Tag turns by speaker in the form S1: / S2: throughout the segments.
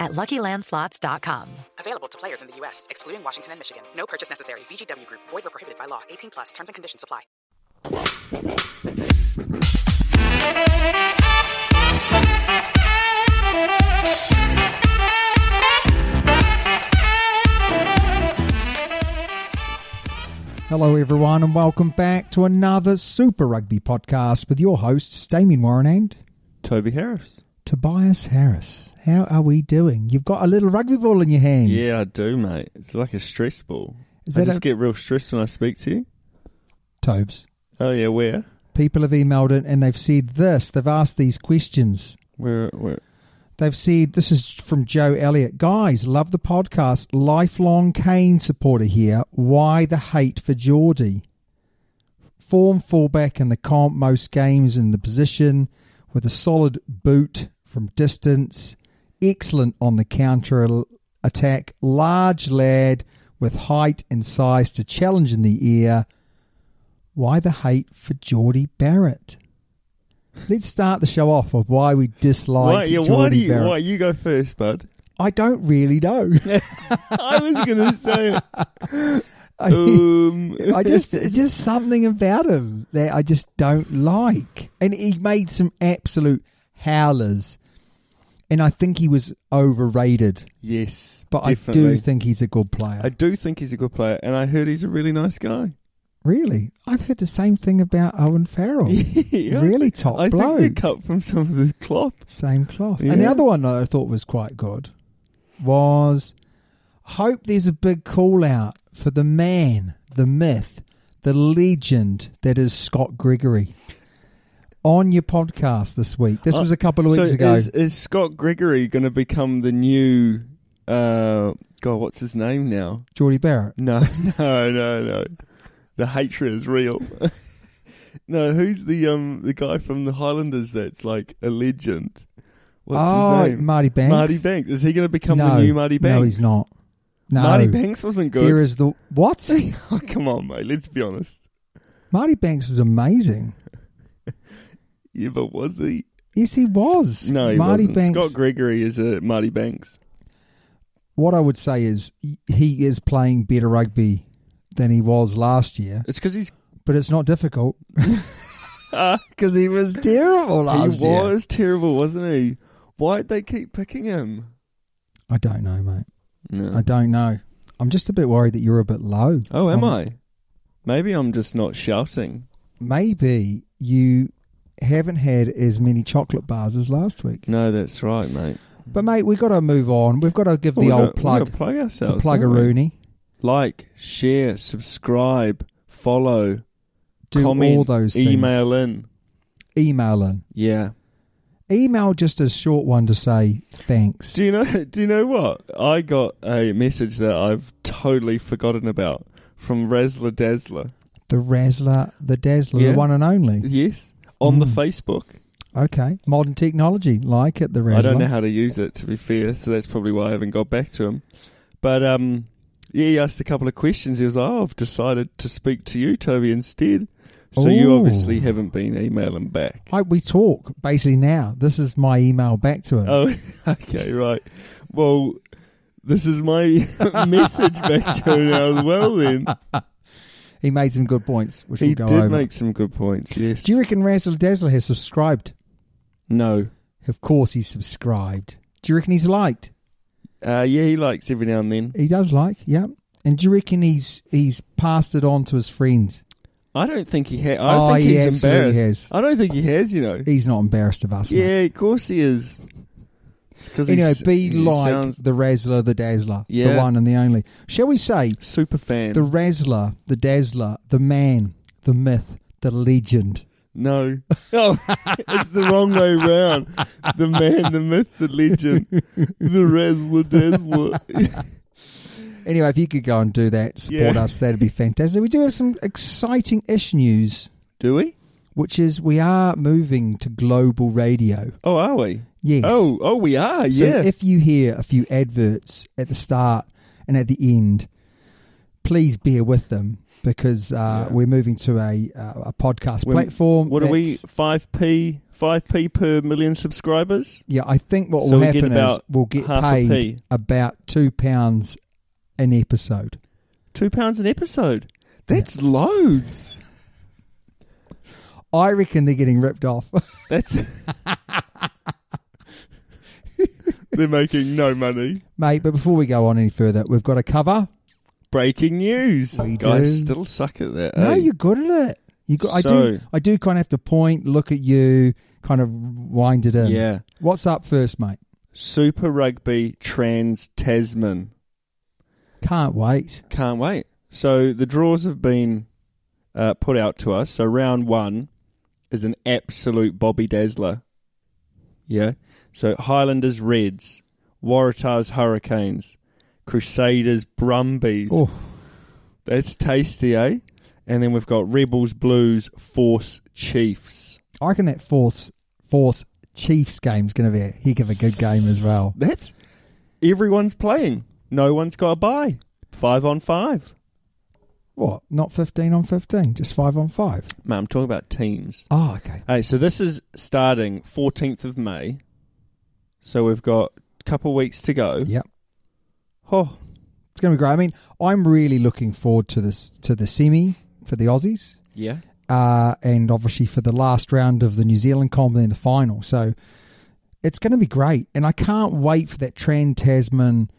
S1: at luckylandslots.com.
S2: Available to players in the U.S., excluding Washington and Michigan. No purchase necessary. VGW Group. Void where prohibited by law. 18 plus. Terms and conditions apply.
S3: Hello, everyone, and welcome back to another Super Rugby podcast with your hosts, Damien Warren and
S4: Toby Harris.
S3: Tobias Harris. How are we doing? You've got a little rugby ball in your hands.
S4: Yeah, I do, mate. It's like a stress ball.
S3: Is
S4: I
S3: that
S4: just
S3: a-
S4: get real stressed when I speak to you.
S3: Tobes.
S4: Oh yeah, where?
S3: People have emailed it and they've said this. They've asked these questions.
S4: Where? Where?
S3: They've said, this is from Joe Elliott. Guys, love the podcast. Lifelong Kane supporter here. Why the hate for Geordie? Form fullback in the comp, most games in the position, with a solid boot from distance. Excellent on the counter al- attack. Large lad with height and size to challenge in the air. Why the hate for Geordie Barrett? Let's start the show off of why we dislike
S4: why? Yeah,
S3: Geordie
S4: why do you?
S3: Barrett.
S4: Why you go first, bud?
S3: I don't really know.
S4: I was gonna say. it.
S3: I,
S4: Um,
S3: I just it's just something about him that I just don't like. And he made some absolute howlers. And I think he was overrated,
S4: yes,
S3: but I do
S4: definitely.
S3: think he's a good player.
S4: I do think he's a good player, and I heard he's a really nice guy.
S3: really? I've heard the same thing about Owen Farrell.
S4: Yeah, I
S3: really
S4: think-
S3: top
S4: I
S3: bloke.
S4: think they cut from some of the cloth.
S3: Same cloth. And the
S4: Yeah.
S3: other one that I thought was quite good was hope there's a big call out for the man, the myth, the legend that is Scott Gregory on your podcast this week. This was a couple of
S4: Uh, So
S3: weeks ago.
S4: Is, is Scott Gregory going to become the new? Uh, God, what's his name now?
S3: Geordie Barrett.
S4: No, no, no, no. The hatred is real. no, who's the um the guy from the Highlanders that's like a legend? What's
S3: oh,
S4: his name?
S3: Marty Banks.
S4: Marty Banks. Is he going to become
S3: no,
S4: the new Marty Banks?
S3: No, he's not. No.
S4: Marty Banks wasn't good.
S3: There is the what?
S4: oh, come on, mate. Let's be honest.
S3: Marty Banks is amazing.
S4: Yeah, but was he?
S3: Yes, he was.
S4: No, he
S3: Marty
S4: wasn't.
S3: Banks.
S4: Scott Gregory is a Marty Banks.
S3: what I would say is he is playing better rugby than he was last year,
S4: It's because he's
S3: but it's not difficult because he was terrible
S4: Ah. he
S3: last
S4: was
S3: year.
S4: terrible, wasn't he? Why'd they keep picking him?
S3: I don't know, mate.
S4: No.
S3: I don't know. I'm just a bit worried that you're a bit low.
S4: oh, am
S3: Um,
S4: I? Maybe I'm just not shouting.
S3: Maybe you haven't had as many chocolate bars as last week.
S4: No, that's right, mate.
S3: But mate, we've got to move on. We've got to give
S4: Well,
S3: the
S4: Oh, we
S3: old
S4: gotta- we
S3: plug,
S4: gotta plug
S3: the
S4: ourselves.
S3: plug a
S4: don't we?
S3: Rooney.
S4: Like, share, subscribe, follow,
S3: Do
S4: comment,
S3: all those things.
S4: email in.
S3: email in.
S4: Yeah.
S3: Email just a short one to say thanks.
S4: Do you know? Do you know what? I got a message that I've totally forgotten about from Razzler Dazzler.
S3: the Razzler, the Dazzler,
S4: Yeah.
S3: the one and only.
S4: Yes, on the
S3: Mm.
S4: Facebook.
S3: Okay, modern technology, like it. The Razzler.
S4: I don't know how to use it to be fair, so that's probably why I haven't got back to him. But um, Yeah, he asked a couple of questions. He was like, oh, I've decided to speak to you, Toby, instead. So you
S3: Ooh.
S4: obviously haven't been emailing back.
S3: I, we talk basically now. This is my email back to him.
S4: Oh, okay, right. Well, this is my message back to him now as well, then.
S3: He made some good points, which
S4: He
S3: we'll go
S4: did
S3: over.
S4: make some good points, yes.
S3: Do you reckon Razzle Dazzler has subscribed?
S4: no.
S3: Of course he's subscribed. Do you reckon he's liked?
S4: Uh, yeah, he likes every now and then.
S3: He does like, yeah. And do you reckon he's he's passed it on to his friends?
S4: I don't think he has.
S3: Oh,
S4: I think
S3: he
S4: he's
S3: absolutely
S4: embarrassed.
S3: has.
S4: I don't think he has, you know.
S3: He's not embarrassed of us. mate.
S4: Yeah, of course he is. It's 'cause
S3: Anyway,
S4: he's-
S3: be
S4: he
S3: like
S4: sounds
S3: the Razzler, the Dazzler, the
S4: Yeah.
S3: one and the only. Shall we say
S4: super fan.
S3: the Razzler, the Dazzler, the man, the myth, the legend?
S4: No. Oh, it's the wrong way round. The man, the myth, the legend, the razzler dazzler.
S3: Anyway, if you could go and do that, support
S4: Yeah.
S3: us, that'd be fantastic. We do have some exciting ish news,
S4: Do we?
S3: which is we are moving to global radio.
S4: Oh, are we?
S3: Yes.
S4: Oh, oh, we are.
S3: So
S4: yeah.
S3: if you hear a few adverts at the start and at the end, please bear with them because uh,
S4: Yeah.
S3: we're moving to a uh, a podcast
S4: When-
S3: platform.
S4: What are we?
S3: that's-
S4: Five p. Five p per million subscribers.
S3: Yeah, I think what
S4: So
S3: will
S4: we get
S3: happen is
S4: about
S3: we'll get
S4: half
S3: paid
S4: a P.
S3: about two pounds an episode.
S4: Two pounds an episode. That's loads.
S3: I reckon they're getting ripped off.
S4: That's. They're making no money.
S3: Mate, but before we go on any further, we've got a cover.
S4: Breaking news.
S3: We
S4: Guys
S3: do.
S4: still suck at that.
S3: No,
S4: eh?
S3: you're good at it. You got, I do.
S4: So-
S3: I do kind of have to point, look at you, kind of wind it in.
S4: Yeah.
S3: What's up first, mate?
S4: Super Rugby Trans Tasman.
S3: Can't wait.
S4: Can't wait. So the draws have been uh, put out to us. So round one is an absolute Bobby Dazzler. Yeah. So Highlanders Reds, Waratahs Hurricanes, Crusaders Brumbies.
S3: Oh.
S4: That's tasty, eh? And then we've got Rebels Blues, Force Chiefs.
S3: I reckon that Force Force Chiefs game's going to be a heck of a good game as well.
S4: That's everyone's playing. No one's got a buy. Five on five.
S3: What? Not fifteen on fifteen, just five on five.
S4: Mate, I'm talking about teams.
S3: Oh, okay.
S4: Hey, so this is starting 14th of May. So we've got a couple weeks to go.
S3: Yep.
S4: Oh,
S3: It's going to be great. I mean, I'm really looking forward to this to the semi for the Aussies,
S4: yeah.
S3: uh, and obviously for the last round of the New Zealand comp and then the final. So it's going to be great, and I can't wait for that Trans Tasman.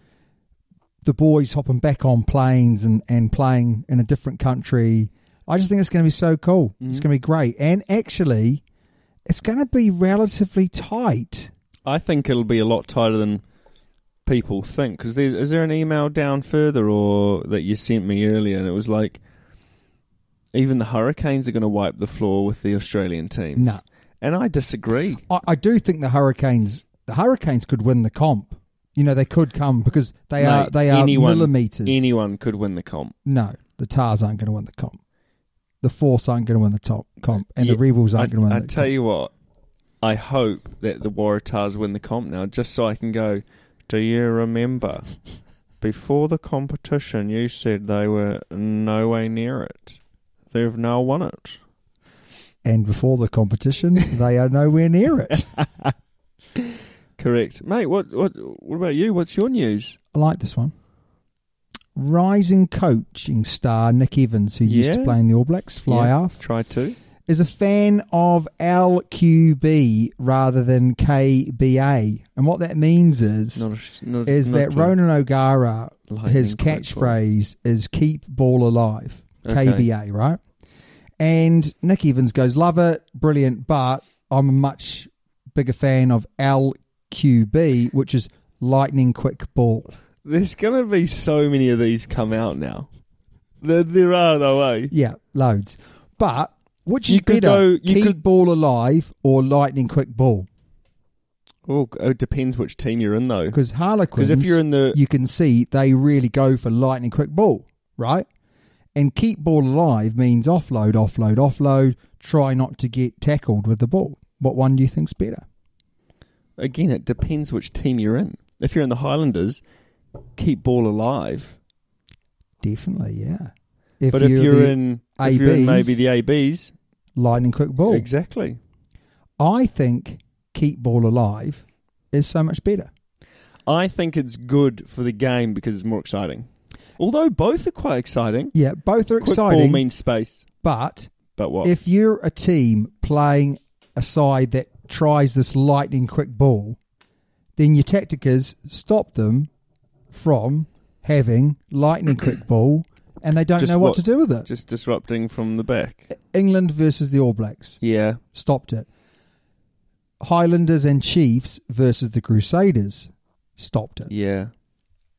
S3: The boys hopping back on planes and, and playing in a different country. I just think it's going to be so cool. It's
S4: Mm-hmm.
S3: going to be great, and actually, it's going to be relatively tight.
S4: I think it'll be a lot tighter than people think. Because is there an email down further or that you sent me earlier? And it was like, even the Hurricanes are going to wipe the floor with the Australian teams.
S3: No.
S4: And I disagree.
S3: I, I do think the Hurricanes the Hurricanes could win the comp. You know, they could come because they are
S4: Mate,
S3: they are
S4: anyone,
S3: millimeters.
S4: Anyone could win the comp.
S3: No, the Tars aren't going to win the comp. The Force aren't going to win the top comp, and the
S4: Yeah,
S3: Rebels
S4: I,
S3: aren't going to win.
S4: I
S3: the
S4: tell
S3: comp.
S4: you what, I hope that the Waratahs win the comp now, just so I can go. Do you remember before the competition? You said they were no way near it. They've now won it.
S3: and before the competition, they are nowhere near it.
S4: Correct, mate. What what what about you? What's your news?
S3: I like this one. Rising coaching star Nick Evans, who used to
S4: Yeah.
S3: play in the All Blacks, fly
S4: Yeah,
S3: half,
S4: Try to.
S3: is a fan of LQB rather than KBA, and what that means is
S4: Not a, sh- not,
S3: is
S4: not
S3: that
S4: a-
S3: Ronan O'Gara,
S4: Lightning
S3: his
S4: quick
S3: catchphrase is keep ball alive,
S4: Okay.
S3: KBA, right? And Nick Evans goes, love it, brilliant, but I'm a much bigger fan of LQB, which is lightning quick ball.
S4: There's gonna be so many of these come out now. There, there are though, eh?
S3: Yeah, loads. But which is
S4: You could
S3: better,
S4: go- you
S3: keep
S4: could-
S3: ball alive or lightning quick ball?
S4: Oh, it depends which team you're in though.
S3: Because Harlequins,
S4: if you're in the-
S3: you can see they really go for lightning quick ball, right? And keep ball alive means offload, offload, offload. Try not to get tackled with the ball. What one do you think's better?
S4: again, it depends which team you're in. If you're in the Highlanders, keep ball alive.
S3: Definitely, yeah.
S4: but if you're
S3: the
S4: in, if you're in maybe the ABs,
S3: lightning quick ball,
S4: exactly.
S3: I think keep ball alive is so much better.
S4: I think it's good for the game because it's more exciting. Although both are quite exciting.
S3: Yeah, both are
S4: Quick
S3: exciting.
S4: ball means space,
S3: but
S4: but what?
S3: if you're a team playing a side that tries this lightning quick ball, then your tactic is stop them from having lightning quick ball, and they don't
S4: Just
S3: know what,
S4: what-
S3: to do with it.
S4: Just disrupting from the back.
S3: England versus the All Blacks
S4: Yeah.
S3: stopped it. Highlanders and Chiefs versus the Crusaders stopped it.
S4: Yeah.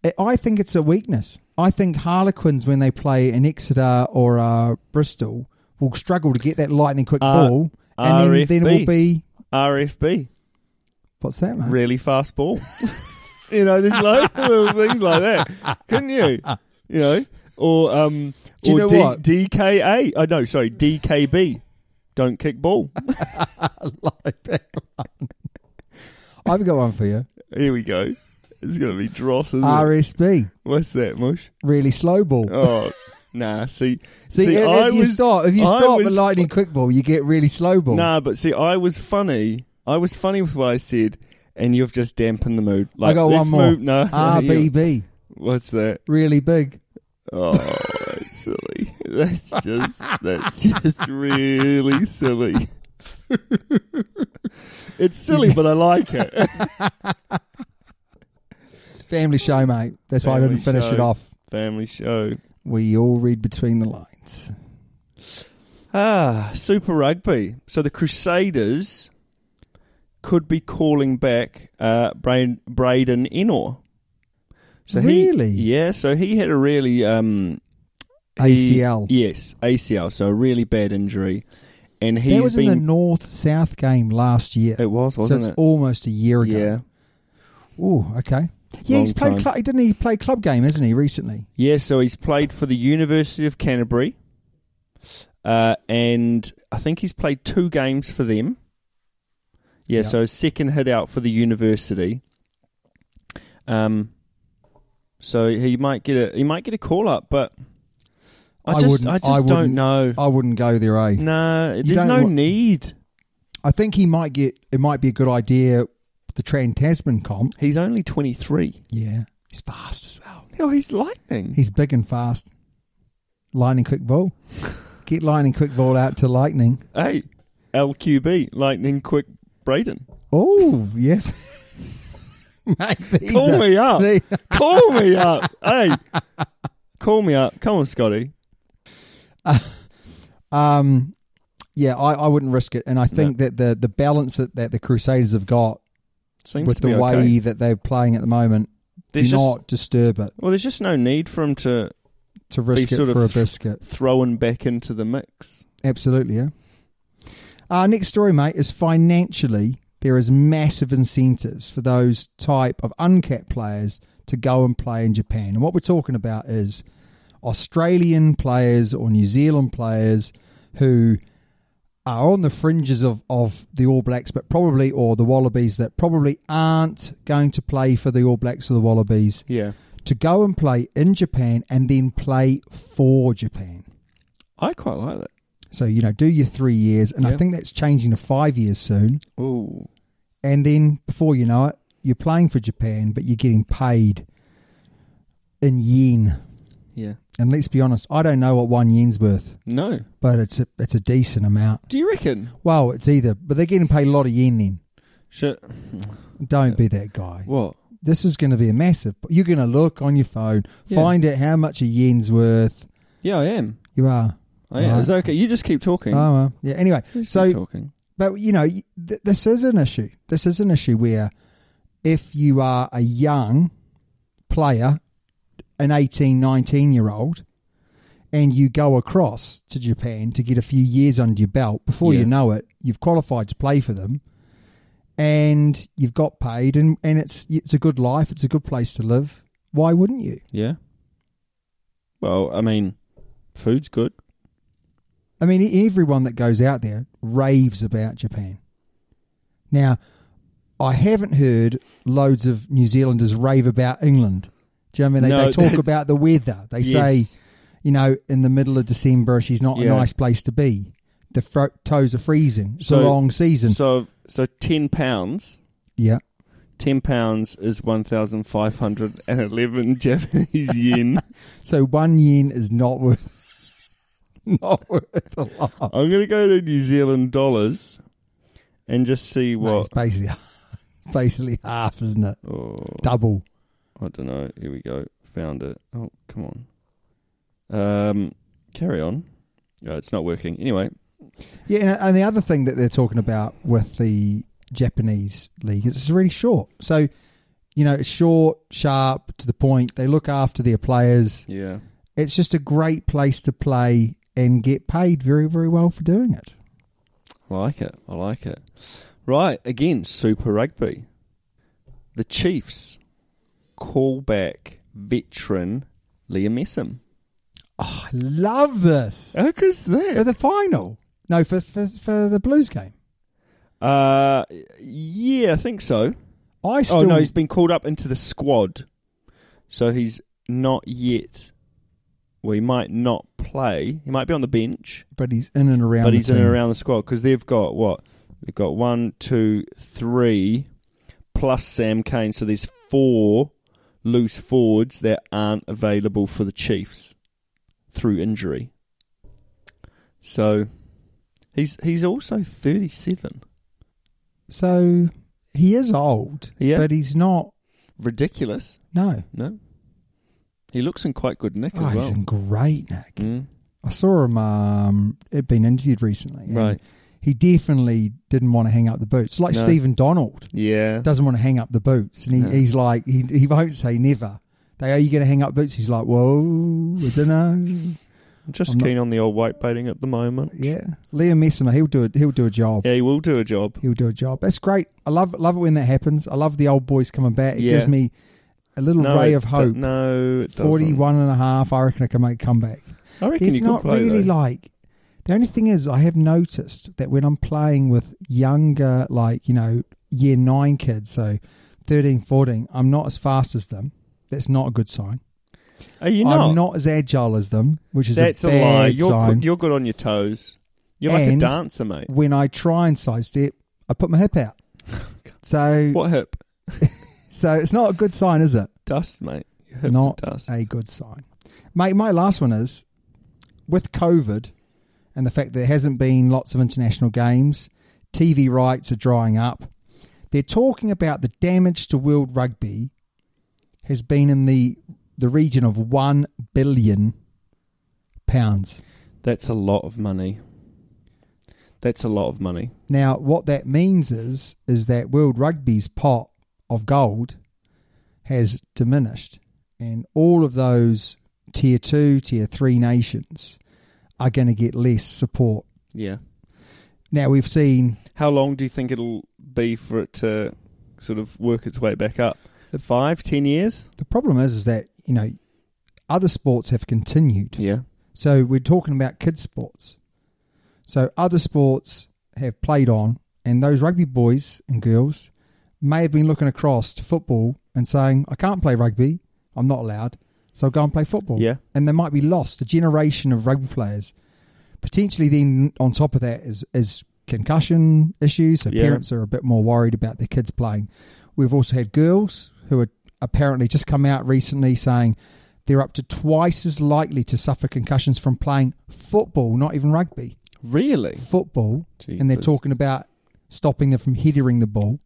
S3: I- I think it's a weakness. I think Harlequins, when they play in Exeter or uh, Bristol, will struggle to get that lightning quick
S4: Uh,
S3: ball, and then, then it will
S4: RFB.
S3: be
S4: RFB.
S3: what's that, mate?
S4: Really fast ball. you know, there's loads of little things like that. Couldn't you? You know? Or um
S3: Do you
S4: or
S3: know
S4: D-
S3: what?
S4: DKA. Oh no, sorry, DKB. Don't kick ball.
S3: I've got one for you.
S4: Here we go. It's gonna be dross, isn't it?
S3: RSB,
S4: What's that, Mush?
S3: really slow ball.
S4: Oh nah, see
S3: See, if,
S4: I
S3: if you
S4: was-
S3: start if you
S4: I
S3: start with
S4: was
S3: lightning quick ball, you get really slow ball.
S4: Nah, but see, I was funny. I was funny with what I said, and you've just dampened the mood. Like,
S3: I got one
S4: let's
S3: more.
S4: Move. No, you-
S3: RBB,
S4: What's that?
S3: really big.
S4: Oh, that's silly. That's just that's just really silly. it's silly, but I like it.
S3: Family show, mate. That's why I
S4: Family
S3: didn't finish
S4: show.
S3: it off.
S4: Family show.
S3: We all read between the lines.
S4: Ah, Super Rugby. So the Crusaders could be calling back uh, Bra- Braden Enor. So
S3: Really?
S4: He, yeah. So he had a really um, he-
S3: ACL.
S4: yes, ACL. So a really bad injury, and he's
S3: that was
S4: been.
S3: in the North South game last year.
S4: it was,
S3: so
S4: wasn't
S3: it's
S4: it?
S3: almost a year ago.
S4: yeah.
S3: Oh, okay. Yeah, he's
S4: Long
S3: played.
S4: time.
S3: Club, didn't he play club game? Isn't he recently?
S4: Yeah. So he's played for the University of Canterbury, uh, and I think he's played two games for them. Yeah.
S3: Yeah.
S4: So his second hit out for the University. Um. So he might get a he might get a call up, but I,
S3: I
S4: just
S3: wouldn't-
S4: I just
S3: I
S4: don't
S3: wouldn't-
S4: know.
S3: I wouldn't go there. Eh?
S4: Nah, there's
S3: don't
S4: no
S3: wa-
S4: need.
S3: I think he might get. It might be a good idea. The Trans Tasman comp.
S4: He's only 23.
S3: Yeah, he's fast as well.
S4: Oh, he's lightning.
S3: He's big and fast. Lightning quick ball. Get lightning quick ball out to lightning.
S4: hey, LQB, lightning quick Braden.
S3: Oh yeah. Mate, these
S4: Call
S3: are-
S4: me up.
S3: they-
S4: call me up. Hey, call me up. Come on, Scotty.
S3: Um, yeah, I, I wouldn't risk it, and I think that the the balance that, that the Crusaders have got
S4: Seems
S3: with
S4: to be
S3: the way
S4: okay.
S3: that they're playing at the moment
S4: There's
S3: do
S4: just-
S3: not disturb it
S4: Well, there's just no need for him to
S3: to
S4: be
S3: risk it
S4: sort
S3: for a
S4: of
S3: biscuit.
S4: throwing back into the mix.
S3: Absolutely, yeah. Our next story, mate, is financially there is massive incentives for those type of uncapped players to go and play in Japan. And what we're talking about is Australian players or New Zealand players who are on the fringes of, of the All Blacks, but probably, or the Wallabies, that probably aren't going to play for the All Blacks or the Wallabies,
S4: Yeah,
S3: to go and play in Japan and then play for Japan.
S4: I quite like that.
S3: So, you know, do your three years. And I
S4: Yeah.
S3: think that's changing to five years soon.
S4: Ooh,
S3: And then before you know it, you're playing for Japan, but you're getting paid in yen.
S4: yeah.
S3: And let's be honest, I don't know what one yen's worth,
S4: No,
S3: but it's a, it's a decent amount.
S4: do you reckon?
S3: Well, it's either, but they're getting paid a lot of yen then.
S4: Should,
S3: Don't be that guy.
S4: what?
S3: This is going to be a massive. You're going to look on your phone,
S4: Yeah.
S3: find out how much a yen's worth.
S4: Yeah, I am.
S3: You are.
S4: I am.
S3: Right.
S4: It's okay. You just keep talking.
S3: Oh, well. yeah. Anyway,
S4: Just
S3: so
S4: keep talking.
S3: But you know, y- th- this is an issue. This is an issue where if you are a young player, an 18, 19 year old, and you go across to Japan to get a few years under your belt, before
S4: Yeah.
S3: you know it, you've qualified to play for them and you've got paid and, and it's it's a good life, it's a good place to live. Why wouldn't you?
S4: Yeah. Well, I mean, food's good.
S3: I mean, e- everyone that goes out there raves about Japan. Now, I haven't heard loads of New Zealanders rave about England Do you know what I mean? They,
S4: No,
S3: they talk
S4: that's-
S3: about the weather. They
S4: Yes.
S3: say, you know, in the middle of December, she's not
S4: Yeah.
S3: a nice place to be. The fro- toes are freezing. It's
S4: So-
S3: a long season.
S4: So so ten pounds.
S3: yeah.
S4: Ten pounds is one thousand five hundred and eleven Japanese yen.
S3: So one yen is not worth, not worth a lot.
S4: I'm gonna go to New Zealand dollars and just see
S3: No,
S4: what
S3: It's basically, basically half, isn't it?
S4: oh,
S3: Double.
S4: I don't know. Here we go. Found it. Oh come on. Um carry on. Oh, it's not working. Anyway.
S3: Yeah, and, and the other thing that they're talking about with the Japanese league is it's really short. So, you know, it's short, sharp, to the point. They look after their players.
S4: Yeah.
S3: It's just a great place to play and get paid very, very well for doing it.
S4: I like it. I like it. Right, again, Super Rugby. The Chiefs call back veteran Liam Messam.
S3: Oh, I love this.
S4: How good's
S3: For
S4: that?
S3: the final. No, for, for, for the Blues game.
S4: Uh, yeah, I think so.
S3: I still.
S4: oh no, he's been called up into the squad, so he's not yet. Well, he might not play. He might be on the bench,
S3: but he's in and around.
S4: but
S3: the
S4: he's in
S3: team.
S4: and around the squad because they've got what they've got one, two, three, plus Sam Kane. So there's four loose forwards that aren't available for the Chiefs through injury. So he's he's also thirty seven.
S3: So he is old,
S4: Yeah.
S3: but he's not.
S4: Ridiculous,
S3: No,
S4: no? He looks in quite good nick
S3: oh,
S4: as
S3: he's
S4: well.
S3: in great nick.
S4: Mm.
S3: I saw him. Um, had been interviewed recently. and
S4: Right.
S3: He definitely didn't want to hang up the boots, like
S4: No.
S3: Stephen Donald
S4: Yeah.
S3: doesn't want to hang up the boots, and he,
S4: No.
S3: he's like, he, he won't say never. They are you going to hang up boots? He's like, whoa, I don't know.
S4: I'm just
S3: I'm not-
S4: keen on the old white baiting at the moment.
S3: Yeah, Liam Messima, he'll do it. He'll do a job.
S4: Yeah, he will do a job.
S3: He'll do a job. That's great. I love love it when that happens. I love the old boys coming back. It
S4: Yeah.
S3: gives me a little ray
S4: it
S3: of
S4: do-
S3: hope.
S4: No, it doesn't.
S3: 41 and a half, I reckon I can make a comeback.
S4: I reckon
S3: It's
S4: you could
S3: not
S4: play.
S3: really
S4: though.
S3: like. The only thing is, I have noticed that when I'm playing with younger, like, you know, year nine kids, so 13, 14, I'm not as fast as them. That's not a good sign.
S4: Are you
S3: I'm not as agile as them, which is
S4: That's
S3: a
S4: a,
S3: bad
S4: lie. You're,
S3: sign.
S4: good- you're good on your toes. You're like
S3: And-
S4: a dancer, mate. Oh,
S3: when I try and sidestep, I put my hip out. So,
S4: What hip?
S3: so it's not a good sign, is it?
S4: Dust, mate. Your hips
S3: not
S4: are dust.
S3: a good sign. Mate, my last one is with COVID and the fact there hasn't been lots of international games, TV rights are drying up. They're talking about the damage to world rugby has been in the the region of one billion pounds.
S4: That's a lot of money. That's a lot of money.
S3: Now, what that means is is that World Rugby's pot of gold has diminished, and all of those tier two, tier three nations are going to get less support.
S4: Yeah.
S3: Now we've seen
S4: How long do you think it'll be for it to sort of work its way back up? Five, ten years?
S3: the problem is is that you know other sports have continued.
S4: Yeah.
S3: So we're talking about kids sports. So other sports have played on, and those rugby boys and girls may have been looking across to football and saying, "I can't play rugby. I'm not allowed. So I'll go and play football."
S4: Yeah.
S3: and they might be lost. A generation of rugby players, potentially. Then on top of that is is concussion issues. So
S4: Yeah.
S3: parents are a bit more worried about their kids playing. We've also had girls who are apparently just come out recently saying they're up to twice as likely to suffer concussions from playing football, not even rugby,
S4: Really?
S3: football. And they're
S4: Jeepers.
S3: talking about stopping them from headering the ball.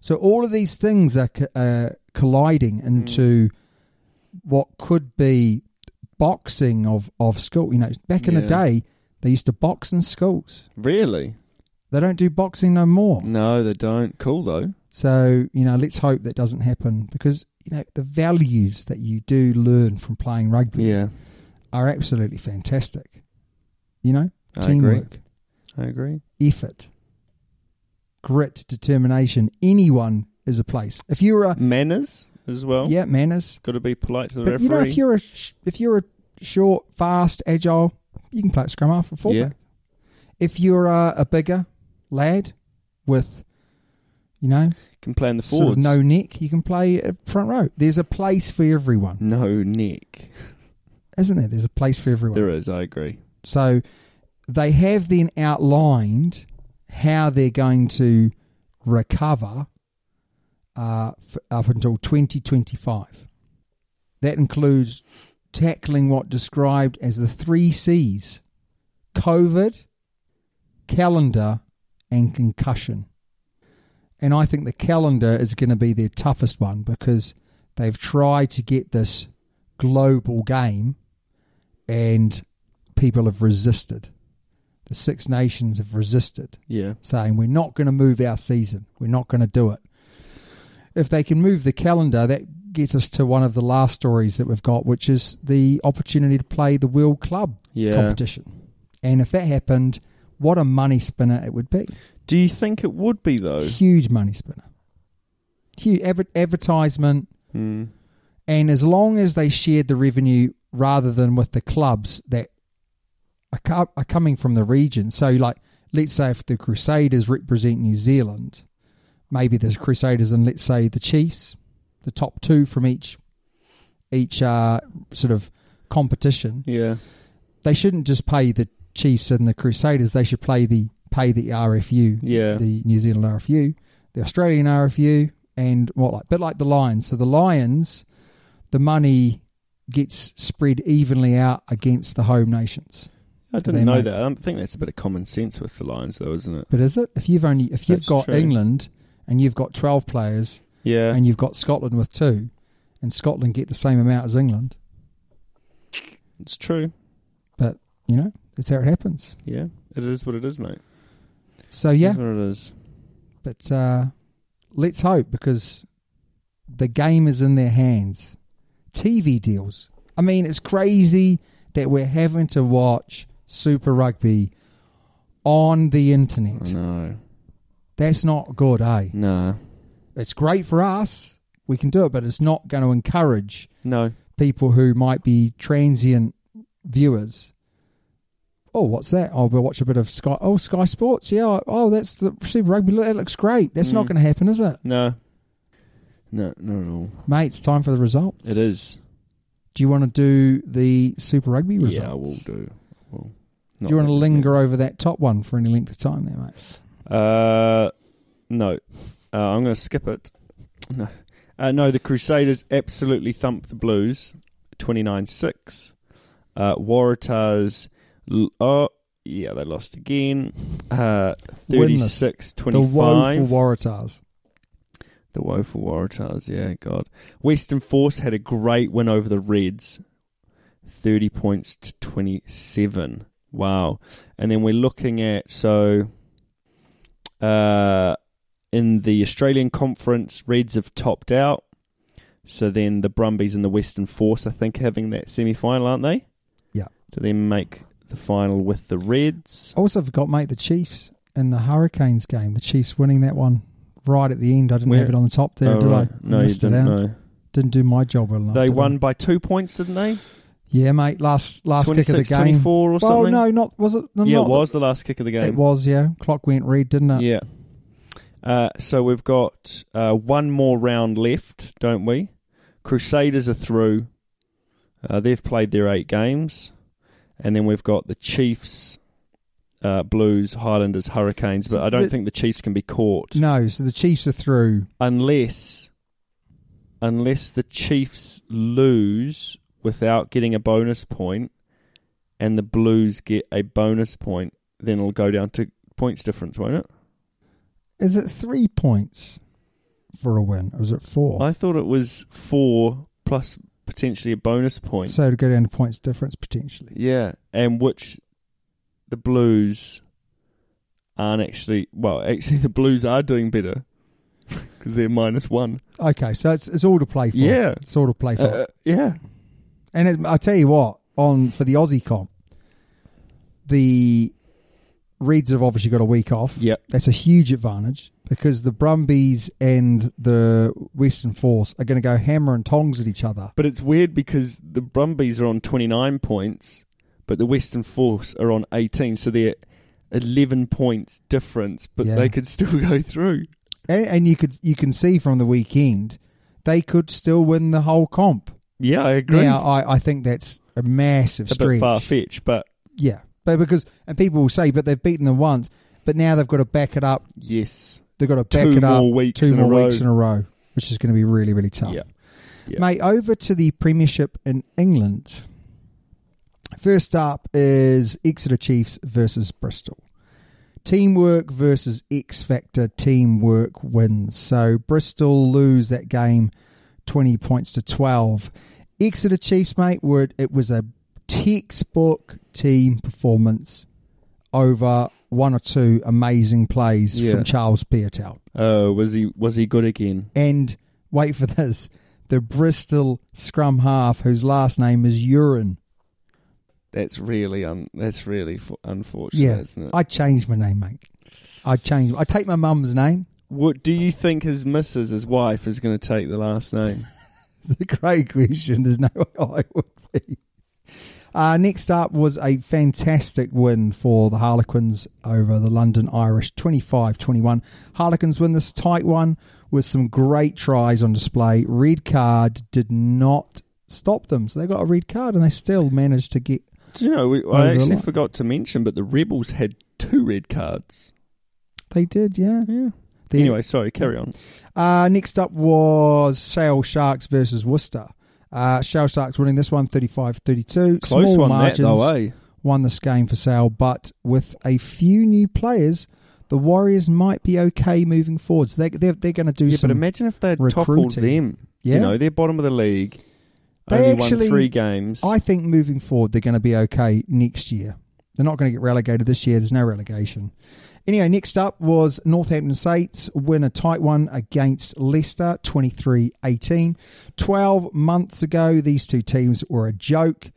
S3: So all of these things are co- uh, colliding into
S4: Hmm.
S3: what could be boxing of, of school. You know, back in the
S4: Yeah.
S3: day, they used to box in schools.
S4: Really?
S3: They don't do boxing no more.
S4: No, they don't. Cool though.
S3: So, you know, let's hope that doesn't happen because, you know, the values that you do learn from playing rugby
S4: Yeah.
S3: are absolutely fantastic. You know,
S4: I
S3: teamwork,
S4: I agree.
S3: effort, grit, determination. Anyone is a place. If you're a
S4: Manners as well.
S3: yeah manners,
S4: Got to be polite to the
S3: but
S4: referee.
S3: you know if you're a sh- if you're a short, fast, agile, you can play at scrum half or fullback. If you're a, a bigger lad with You know,
S4: Can play in the
S3: sort
S4: forwards.
S3: of no neck. You can play at front row. There's a place for everyone,
S4: no neck.
S3: isn't there? There's a place for everyone.
S4: There is. I agree.
S3: So they have then outlined how they're going to recover uh, f- up until 2025. That includes tackling what described as the three C's COVID, calendar, and concussion. And I think the calendar is going to be their toughest one because they've tried to get this global game and people have resisted. The Six Nations have resisted,
S4: Yeah.
S3: saying, We're not going to move our season. We're not going to do it. If they can move the calendar, that gets us to one of the last stories that we've got, which is the opportunity to play the World Club
S4: Yeah.
S3: competition. And if that happened, what a money spinner it would be.
S4: Do you think it would be though?
S3: Huge money spinner. Huge adver- advertisement. And as long as they shared the revenue rather than with the clubs that are, co- are coming from the region. So, like, let's say if the Crusaders represent New Zealand, maybe the Crusaders and let's say the Chiefs, the top two from each each uh, sort of competition,
S4: Yeah.
S3: they shouldn't just pay the Chiefs and the Crusaders. They should play the pay the RFU,
S4: Yeah.
S3: the New Zealand RFU, the Australian RFU, and what like, but like the Lions. So the Lions, the money gets spread evenly out against the home nations.
S4: I
S3: They
S4: didn't know
S3: might-
S4: that. I don't think that's a bit of common sense with the Lions, though, isn't it?
S3: But is it if you've only if you've
S4: That's
S3: got
S4: true.
S3: England and you've got twelve players
S4: Yeah.
S3: and you've got Scotland with two, and Scotland get the same amount as England,
S4: it's true.
S3: but you know that's how it happens.
S4: Yeah. It is what it is, mate.
S3: So yeah,
S4: It is what it is.
S3: But uh, let's hope because the game is in their hands. TV deals. I mean, it's crazy that we're having to watch Super Rugby on the internet.
S4: No.
S3: That's not good, eh?
S4: Nah.
S3: It's great for us. We can do it, but it's not going to encourage
S4: No.
S3: people who might be transient viewers. Oh, what's that? Oh, we'll watch a bit of Sky. Oh, Sky Sports. Yeah. Oh, that's the Super Rugby. That looks great. That's not going to happen, is it?
S4: No. No, not at all.
S3: Mate, it's time for the results.
S4: It is.
S3: Do you want to do the Super Rugby results?
S4: Yeah, I will do. Well,
S3: Do you want to linger over that top one for any length of time there, mate?
S4: Uh, no. Uh, I'm going to skip it. No. Uh, no, the Crusaders absolutely thumped the Blues 29 6. Uh, Waratahs. l- Oh, yeah, they lost again. Uh, 36
S3: The woeful
S4: 25.
S3: Waratahs.
S4: The woeful Waratahs, yeah, God. Western Force had a great win over the Reds, 30 points to 27. Wow. And then we're looking at, so uh, in the Australian Conference, Reds have topped out. So then the Brumbies and the Western Force, I think, are having that semi final, aren't they?
S3: Yeah. Oh,
S4: Do they make the final with the Reds?
S3: I also forgot, mate, the Chiefs in the Hurricanes game. The Chiefs winning that one right at the end. I didn't
S4: Where-
S3: have it on the top there,
S4: Oh,
S3: did
S4: right.
S3: I? I
S4: No, you
S3: missed it
S4: didn't.
S3: out.
S4: No.
S3: Didn't do my job well enough.
S4: They
S3: did I?
S4: won by two points, didn't they?
S3: Yeah, mate. Last last kick of the
S4: 26,
S3: game.
S4: 24 or
S3: well,
S4: something?
S3: no, not was it? no,
S4: yeah,
S3: not
S4: it was the last kick of the game.
S3: It was. Yeah, clock went red, didn't it?
S4: Yeah. Uh, so we've got uh, one more round left, don't we? Crusaders are through. Uh, they've played their eight games, and then we've got the Chiefs, uh, Blues, Highlanders, Hurricanes. But
S3: So
S4: I don't
S3: the-
S4: think the Chiefs can be caught
S3: No, so the Chiefs are through.
S4: unless unless the Chiefs lose without getting a bonus point, and the Blues get a bonus point, then it'll go down to points difference, won't it?
S3: Is it three points for a win, or is it four?
S4: I thought it was four plus potentially a bonus point.
S3: So to go down to points difference potentially.
S4: yeah, and which the Blues aren't actually. Well, actually, the Blues are doing better because they're minus one.
S3: Okay, so it's it's all to play for.
S4: Yeah.
S3: it's all to play for.
S4: Uh, yeah,
S3: and it, I tell you what, on for the Aussie comp, the Reds have obviously got a week off.
S4: Yep.
S3: that's a huge advantage because the Brumbies and the Western Force are going to go hammer and tongs at each other.
S4: but it's weird because the Brumbies are on twenty nine points, but the Western Force are on eighteen, so they're eleven points difference, but
S3: Yeah.
S4: they could still go through.
S3: and, and you could you can see from the weekend they could still win the whole comp.
S4: Yeah, I agree.
S3: Now I, I think that's a massive
S4: it's a
S3: stretch.
S4: bit far fetched, but
S3: Yeah, but because and people will say, but they've beaten them once, but now they've got to back it up.
S4: yes,
S3: They've got to back
S4: Two
S3: it up
S4: more weeks
S3: two
S4: in a
S3: more
S4: row.
S3: weeks in a row, which is going to be really really tough.
S4: yeah, yeah.
S3: Mate, over to the Premiership in England. First up is Exeter Chiefs versus Bristol. Teamwork versus X Factor. Teamwork wins. So Bristol lose that game 20 points to 12. Exeter Chiefs, mate, were, it was a textbook team performance over one or two amazing plays
S4: Yeah.
S3: from Charles Piatel.
S4: Oh, was he was he good again?
S3: And wait for this the Bristol scrum half, whose last name is Urine.
S4: That's really un. That's really fu- unfortunate,
S3: Yeah,
S4: isn't it?
S3: I changed my name, mate. I changed. I take my mum's name.
S4: what do you think his missus, his wife, is going to take the last name?
S3: It's a great question. There's no way I would be. Uh, next up was a fantastic win for the Harlequins over the London Irish 25 21. Harlequins win this tight one with some great tries on display. Red card did not stop them, so they got a red card and they still managed to get
S4: Do you know? We,
S3: Over
S4: I
S3: the
S4: actually
S3: line.
S4: forgot to mention, but the rebels had two red cards.
S3: They did, yeah.
S4: Yeah.
S3: They-
S4: anyway, sorry. Carry on.
S3: Uh, next up was Sale Sharks versus Worcester. Uh, Sale Sharks winning this one 35 32.
S4: Close
S3: Small
S4: one
S3: margins
S4: that though, eh?
S3: won this game for Sale, but with a few new players, the Warriors might be okay moving forwards. They, they're they're going to do
S4: Yeah,
S3: some.
S4: but imagine if they'd toppled
S3: recruiting.
S4: them.
S3: Yeah.
S4: You know, they're bottom of the league.
S3: They
S4: only
S3: actually-
S4: won three games.
S3: I think moving forward, they're going to be okay next year. They're not going to get relegated this year. There's no relegation. Anyway, next up was Northampton Saints win a tight one against Leicester 23 18. 12 months ago, these two teams were a joke.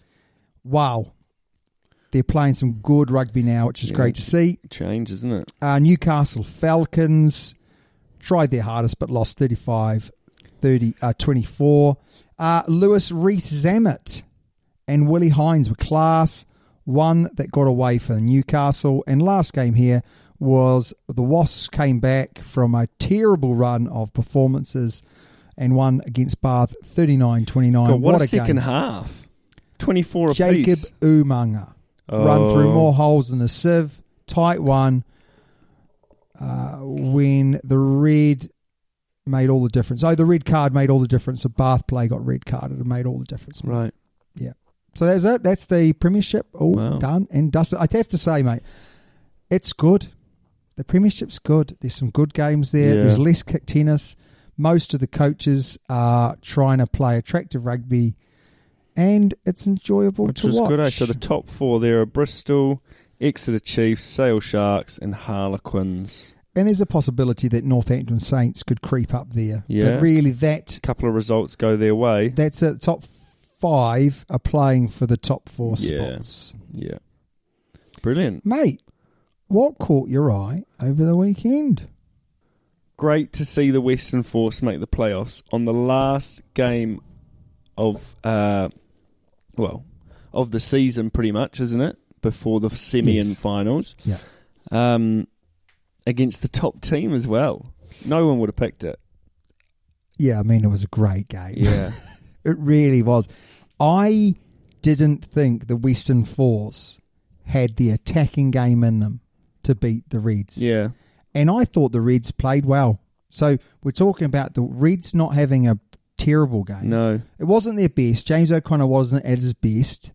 S3: Wow. They're playing some good rugby now, which is
S4: Yeah.
S3: great to see.
S4: Change, isn't it?
S3: Uh, Newcastle Falcons tried their hardest but lost 35 30, uh, 24. Uh, Lewis Reese Zammit and Willie Hines were class. One that got away for Newcastle. And last game here was the Wasps came back from a terrible run of performances and won against Bath 39 29.
S4: God, what, a,
S3: game.
S4: second half. 24 apiece.
S3: Jacob Umanga. Run through
S4: Oh.
S3: more holes than a sieve. Tight one. Uh, when the red made all the difference. Oh, the red card made all the difference. The Bath play got red carded and made all the difference.
S4: Right.
S3: Yeah. So that's it. That's the Premiership all
S4: Wow.
S3: done and dusted. I have to say, mate, it's good. The Premiership's good. There's some good games there.
S4: Yeah.
S3: There's less kick tennis. Most of the coaches are trying to play attractive rugby, and it's enjoyable
S4: Which
S3: to
S4: was
S3: watch.
S4: good, eh? So the top four there are Bristol, Exeter Chiefs, Sale Sharks, and Harlequins.
S3: and there's a possibility that Northampton Saints could creep up there.
S4: Yeah.
S3: But really, that
S4: A couple of results go their way.
S3: that's a top five are playing for the top four
S4: Yeah.
S3: spots.
S4: Yeah. Brilliant.
S3: Mate, what caught your eye over the weekend?
S4: Great to see the Western Force make the playoffs on the last game of, uh, well, of the season, pretty much, isn't it? Before the semi
S3: Yes.
S4: and finals.
S3: Yeah.
S4: Um, against the top team as well. No one would have picked it.
S3: Yeah, I mean, it was a great game.
S4: Yeah.
S3: It really was. I didn't think the Western Force had the attacking game in them to beat the Reds.
S4: yeah.
S3: And I thought the Reds played well. So we're talking about the Reds not having a terrible game.
S4: No.
S3: It wasn't their best. James O'Connor wasn't at his best.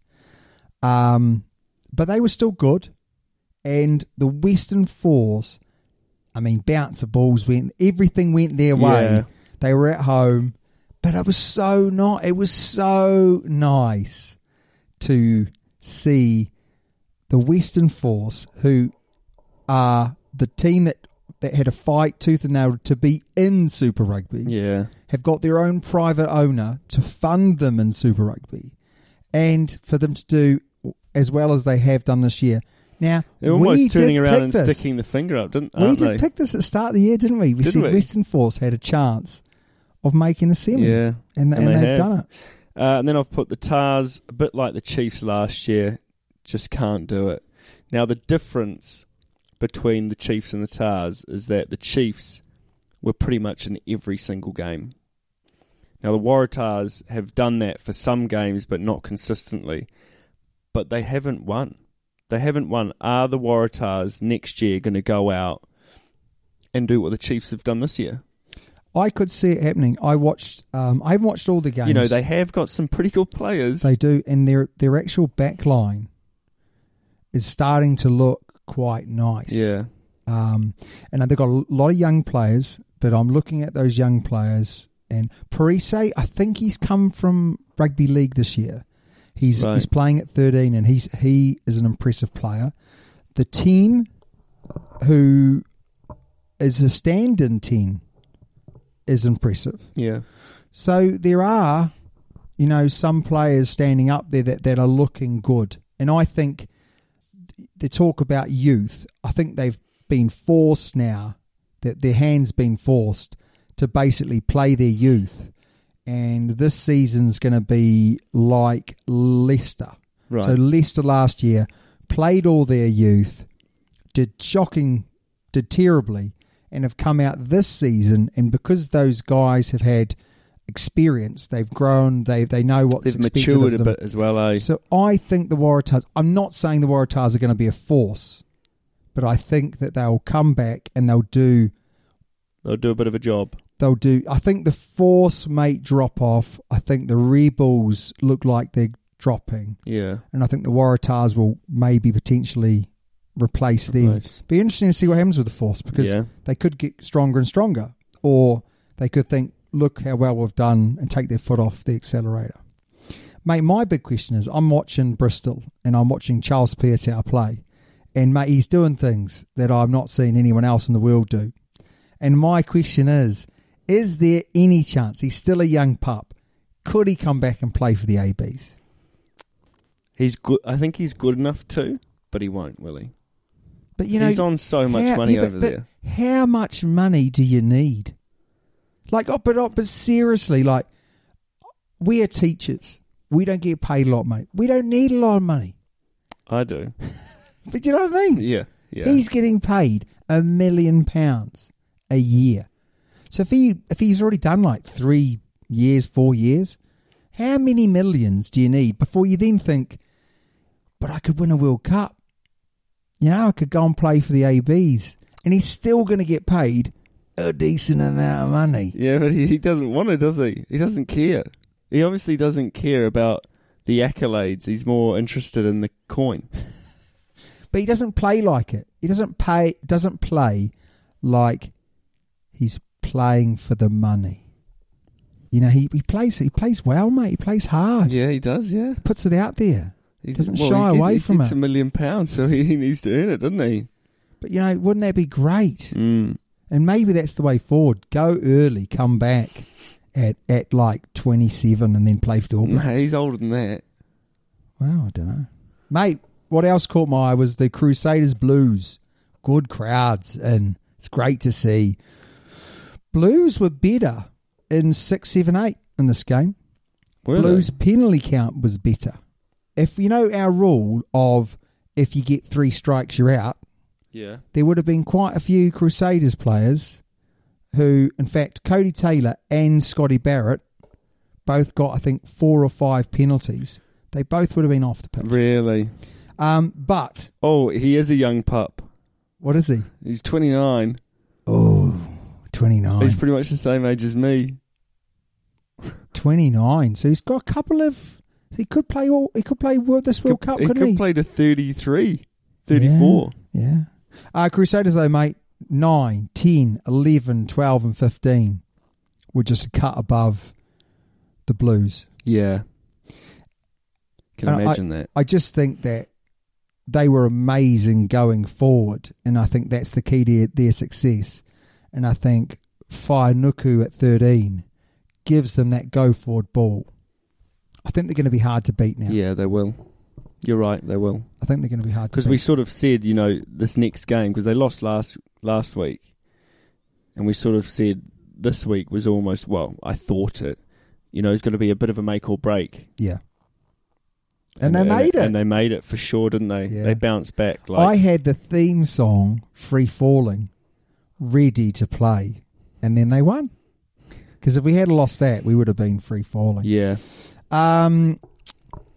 S3: Um, but they were still good. And the Western Force, I mean, bounce of balls went, everything went their way.
S4: Yeah.
S3: They were at home. But it was so not, it was so nice to see the Western Force, who are the team that, that had a fight tooth and nail to be in Super Rugby
S4: Yeah.
S3: have got their own private owner to fund them in Super Rugby and for them to do as well as they have done this year. Now,
S4: They're
S3: we
S4: almost turning
S3: did
S4: around
S3: pick
S4: and
S3: this.
S4: sticking the finger up, didn't
S3: We
S4: aren't
S3: did
S4: they?
S3: pick this at the start of the year, didn't we? We said
S4: Didn't we?
S3: Western Force had a chance of making the semi.
S4: Yeah,
S3: And,
S4: and
S3: and,
S4: they
S3: they've
S4: have.
S3: done it.
S4: uh, and then I've put the Tars a bit like the Chiefs last year, just can't do it. Now the difference between the Chiefs and the Tars is that the Chiefs were pretty much in every single game. Now, the Waratahs have done that for some games, but not consistently. But they haven't won. They haven't won. Are the Waratahs next year going to go out and do what the Chiefs have done this year?
S3: I could see it happening. I watched. Um, I haven't watched all the games.
S4: You know, they have got some pretty good players.
S3: They do, and their their actual back line is starting to look quite nice.
S4: yeah.
S3: Um, and they've got a lot of young players, but I'm looking at those young players. And Parise, I think he's come from rugby league this year. He's
S4: Right.
S3: he's playing at 13, and he's he is an impressive player. The 10, who is a stand-in 10, is impressive.
S4: Yeah.
S3: So there are, you know, some players standing up there that, that are looking good. And I think the talk about youth, I think they've been forced now, that their hands been forced to basically play their youth. And this season's going to be like Leicester.
S4: Right.
S3: So Leicester last year played all their youth, did shocking, did terribly, and have come out this season. And because those guys have had experience, they've grown. They they know what's
S4: They've
S3: expected
S4: matured
S3: of
S4: a
S3: them.
S4: bit as well, eh?
S3: So I think the Waratahs. I'm not saying the Waratahs are going to be a force, but I think that they'll come back and they'll do.
S4: They'll do a bit of a job.
S3: They'll do. I think the force might drop off. I think the Rebels look like they're dropping
S4: Yeah.
S3: and I think the Waratahs will maybe potentially replace them.
S4: Replace.
S3: Be interesting to see what happens with the force because
S4: Yeah.
S3: they could get stronger and stronger, or they could think, "Look how well we've done," and take their foot off the accelerator. Mate, my big question is: I'm watching Bristol and I'm watching Charles Piatow play, and mate, he's doing things that I've not seen anyone else in the world do. And my question is: Is there any chance he's still a young pup? Could he come back and play for the ABs?
S4: He's good. I think he's good enough too, but he won't, will he?
S3: But you know,
S4: He's on so much money
S3: but-
S4: over
S3: but
S4: there.
S3: How much money do you need? Like, oh, but oh, but seriously, like, we are teachers. We don't get paid a lot of money. We don't need a lot of money.
S4: I do.
S3: But do you know what I mean?
S4: Yeah. Yeah.
S3: He's getting paid a million pounds a year. So if he if he's already done like three years, four years, how many millions do you need before you then think, but I could win a World Cup? You know, I could go and play for the ABs. And he's still going to get paid a decent amount of money.
S4: yeah, but he, he doesn't want to, does he? He doesn't care. He obviously doesn't care about the accolades. He's more interested in the coin.
S3: But he doesn't play like it. He doesn't pay doesn't play like he's playing for the money. You know, he, he plays he plays well, mate. He plays hard.
S4: Yeah, he does. Yeah.
S3: puts it out there.
S4: He
S3: Doesn't shy away
S4: he,
S3: from
S4: gets
S3: it.
S4: a million pounds, so he, he needs to earn it, doesn't he?
S3: But you know, wouldn't that be great?
S4: Mm.
S3: And maybe that's the way forward. Go early, come back at at like twenty seven, and then play for the All
S4: Nah,
S3: Blacks.
S4: he's older than that.
S3: Well, I don't know, mate. What else caught my eye was the Crusaders Blues. Good crowds, and it's great to see. Blues were better in six, seven, eight in this game.
S4: Were
S3: Blues
S4: they?
S3: penalty count was better. If you know our rule of if you get three strikes, you're out.
S4: Yeah.
S3: there would have been quite a few Crusaders players who, in fact, Cody Taylor and Scotty Barrett both got, I think, four or five penalties. They both would have been off the pitch.
S4: Really?
S3: Um, but
S4: Oh, he is a young pup.
S3: what is he?
S4: He's 29.
S3: Oh, 29.
S4: He's pretty much the same age as me.
S3: 29. So he's got a couple of. He could play all. He could play World- this World Cup,
S4: he
S3: couldn't
S4: could
S3: he?
S4: play to 33, 34.
S3: Yeah. Uh, Crusaders, though, mate, 9, 10, 11, 12, and 15 were just a cut above the Blues.
S4: Yeah.
S3: And
S4: Can
S3: Uh, I-
S4: imagine that.
S3: I just think that they were amazing going forward, and I think that's the key to their success. And I think Nuku at 13 gives them that go forward ball. I think they're going to be hard to beat now.
S4: Yeah, they will. You're right, they will.
S3: I think they're going to be hard to
S4: Because
S3: beat.
S4: we sort of said, you know, this next game, because they lost last last week, and we sort of said this week was almost, well, I thought it. You know, it's going to be a bit of a make or break.
S3: yeah. And, they made it.
S4: And they made it for sure, didn't they?
S3: Yeah.
S4: They bounced back.
S3: I
S4: Like,
S3: had the theme song, Free Falling, ready to play and then they won. Because if we had lost that, we would have been free falling.
S4: Yeah.
S3: Um,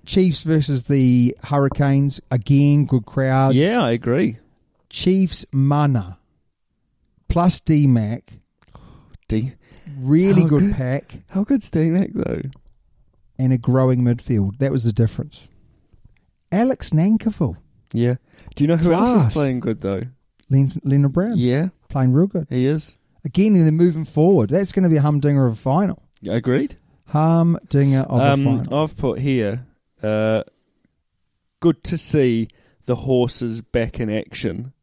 S3: Chiefs versus the Hurricanes again, good crowds.
S4: Yeah, I agree.
S3: Chiefs mana plus D Mac,
S4: D.
S3: really
S4: How
S3: good,
S4: good.
S3: pack,
S4: How good's D Mac though?
S3: and a growing midfield. That was the difference. Alex Nankerville,
S4: Yeah. Do you know who else
S3: Class.
S4: is playing good though?
S3: Len- Leonard Brown,
S4: Yeah,
S3: playing real good.
S4: he is.
S3: Again, they're moving forward. That's going to be a humdinger of a final.
S4: Agreed.
S3: Humdinger of a
S4: Um,
S3: final.
S4: I've put here. Uh, good to see the horses back in action.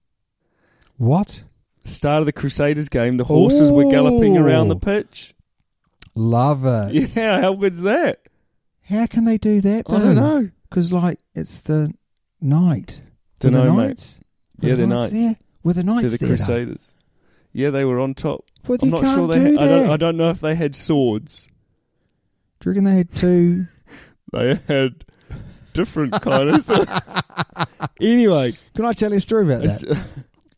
S3: What?
S4: Start of the Crusaders game, the horses were galloping around the
S3: Ooh.
S4: pitch.
S3: Love it.
S4: Yeah, how good's that?
S3: How can they do that? Though?
S4: I don't know.
S3: Because like it's the night. Were
S4: Dunno,
S3: the
S4: mate.
S3: Knights? Were
S4: Yeah,
S3: the
S4: they're
S3: Knights
S4: Knights.
S3: there. Were the
S4: They're
S3: Knights
S4: the
S3: there? though?
S4: Crusaders. Yeah, they were on top.
S3: But
S4: I'm
S3: you
S4: not
S3: can't
S4: sure they.
S3: do
S4: had, I, don't,
S3: that.
S4: I don't know if they had swords.
S3: Do you reckon they had two?
S4: They had different kind of. stuff. anyway,
S3: Can I tell you a story about that?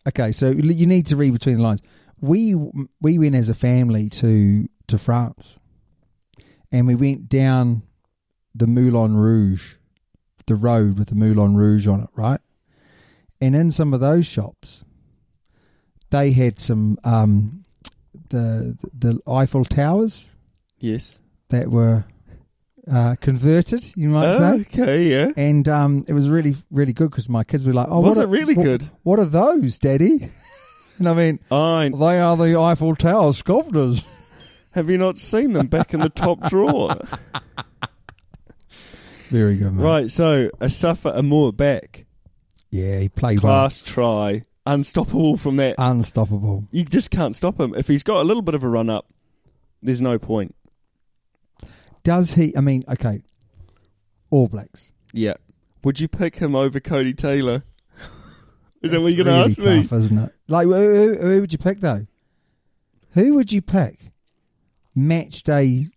S3: Okay, so l- you need to read between the lines. We we went as a family to to France, and we went down the Moulin Rouge, the road with the Moulin Rouge on it, right? And in some of those shops, they had some um, the the Eiffel Towers
S4: yes.
S3: that were uh, converted, you might
S4: Oh,
S3: say.
S4: okay, yeah.
S3: And um, it was really, really good because my kids were like, "Oh,
S4: Was
S3: what
S4: it
S3: are,
S4: really
S3: what-
S4: good?
S3: What are those, Daddy?" And I mean,
S4: I
S3: they are the Eiffel Tower sculptors.
S4: have you not seen them back in the top drawer?
S3: Very good, mate.
S4: Right, so a suffer a more back
S3: Yeah, he played well.
S4: class try, unstoppable from that.
S3: Unstoppable.
S4: You just can't stop him if he's got a little bit of a run up. There's no point.
S3: Does he? I mean, okay. All Blacks.
S4: Yeah. Would you pick him over Cody Taylor? Is that what
S3: That's
S4: you're going
S3: really
S4: to ask me?
S3: tough, Isn't it? Like, who, who, who would you pick though? Who would you pick? Match day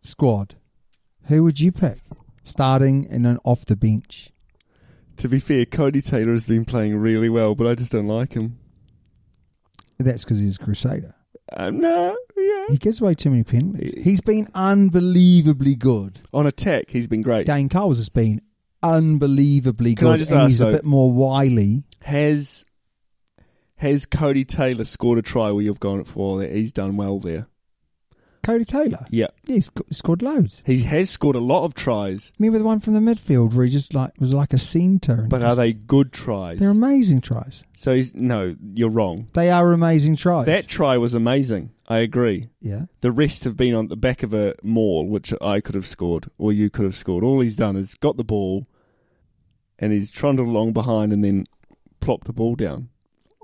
S3: squad. Who would you pick? Starting and then off the bench.
S4: To be fair, Cody Taylor has been playing really well, but I just don't like him.
S3: That's because he's a crusader.
S4: Uh, no, yeah.
S3: He gives away too many penalties. He's been unbelievably good.
S4: On attack, he's been great.
S3: Dane Coles has been unbelievably
S4: Can
S3: good,
S4: I just
S3: and
S4: ask,
S3: he's a
S4: though-
S3: bit more wily.
S4: Has has Cody Taylor scored a try where you've gone for that? He's done well there.
S3: Cody Taylor,
S4: Yeah.
S3: yeah, he's sc- scored loads.
S4: He has scored a lot of tries,
S3: Remember the one from the midfield where he just like was like a center. And
S4: but are
S3: just-
S4: they good tries?
S3: They're amazing tries.
S4: So he's no, you're wrong.
S3: They are amazing tries.
S4: That try was amazing. I agree.
S3: yeah,
S4: The rest have been on the back of a maul, which I could have scored or you could have scored. All he's done is got the ball, and he's trundled along behind and then plopped the ball down.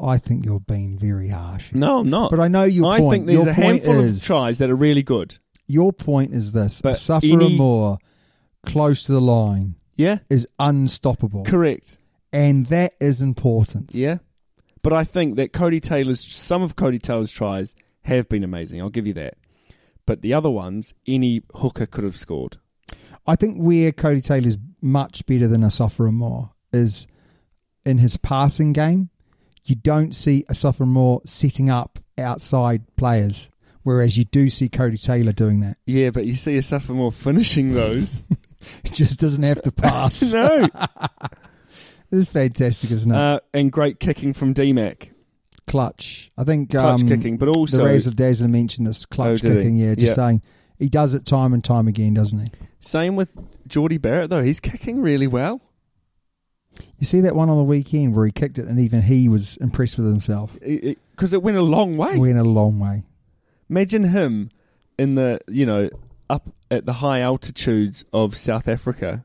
S3: I think you're being very harsh.
S4: No, I'm not.
S3: But I know your
S4: I
S3: point.
S4: think there's
S3: Your
S4: a
S3: point
S4: handful
S3: is-
S4: of tries that are really good.
S3: Your point is this:
S4: But
S3: sufferer
S4: any-
S3: more close to the line
S4: Yeah,
S3: is unstoppable,
S4: correct.
S3: and that is important.
S4: Yeah, but I think that Cody Taylor's some of Cody Taylor's tries have been amazing. I'll give you that. But the other ones, any hooker could have scored.
S3: I think where Cody Taylor's much better than Asafra Moore is in his passing game. You don't see Asafra Moore setting up outside players, whereas you do see Cody Taylor doing that.
S4: Yeah, but you see a sophomore finishing those.
S3: He just doesn't have to pass.
S4: no,
S3: This is fantastic, isn't it?
S4: uh, and great kicking from DMAC.
S3: clutch. I think
S4: Clutch
S3: um,
S4: kicking, but also-
S3: the Razzle Dazzler mentioned this
S4: Oh,
S3: clutch
S4: did he?
S3: kicking. Yeah, just
S4: Yeah.
S3: saying he does it time and time again, doesn't he?
S4: Same with Geordie Barrett though. He's kicking really well.
S3: You see that one on the weekend where he kicked it, and even he was impressed with himself.
S4: because it, went a long way.
S3: Went a long way.
S4: Imagine him in the you know up at the high altitudes of South Africa.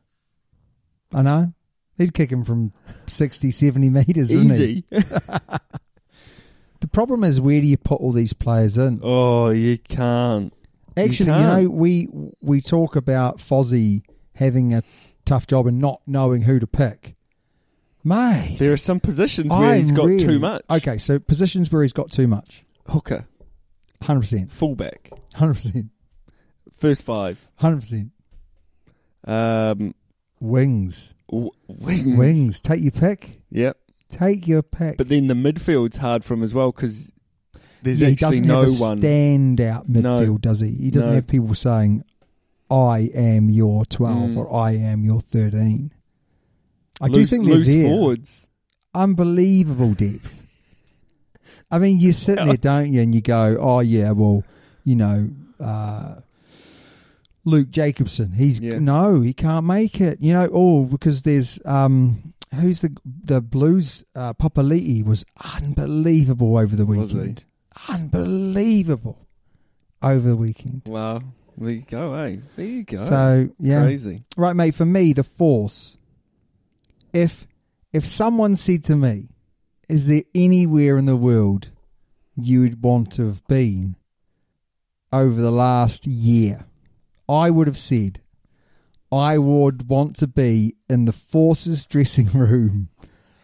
S3: I know. He'd kick him from 60, 70 metres, wouldn't he?
S4: Easy.
S3: The problem is, where do you put all these players in?
S4: oh, you can't.
S3: Actually, you,
S4: can't.
S3: know, we we talk about Fozzie having a tough job and not knowing who to pick. Mate,
S4: There are some positions where he's
S3: I'm
S4: got
S3: really-
S4: too much.
S3: Okay, so positions where he's got too much.
S4: Hooker,
S3: 100%.
S4: fullback,
S3: 100%.
S4: first five,
S3: 100%.
S4: um,
S3: Wings.
S4: w- wings.
S3: Wings. Take your pick.
S4: Yep.
S3: Take your pick.
S4: But then the midfield's hard for him as well because There's
S3: yeah, he
S4: actually
S3: doesn't
S4: no
S3: have a
S4: one.
S3: standout
S4: No.
S3: midfield, does he? He doesn't
S4: No.
S3: have people saying, "I am your twelve
S4: Mm.
S3: or "I am your 13. I do
S4: loose,
S3: think they're
S4: loose
S3: there.
S4: forwards.
S3: Unbelievable depth. I mean, you sit there, don't you, and you go, "Oh yeah, well, you know." Uh, Luke Jacobson, he's
S4: Yeah.
S3: no, he can't make it. You know, oh, because there's um, who's the the Blues uh, Papali'i was unbelievable over the
S4: Was he?
S3: weekend unbelievable over the weekend.
S4: Wow. There you go, eh? There you go.
S3: So yeah,
S4: Crazy.
S3: right, mate. For me, the force. If if someone said to me, "Is there anywhere in the world you would want to have been over the last year?" I would have said, "I would want to be in the forces dressing room,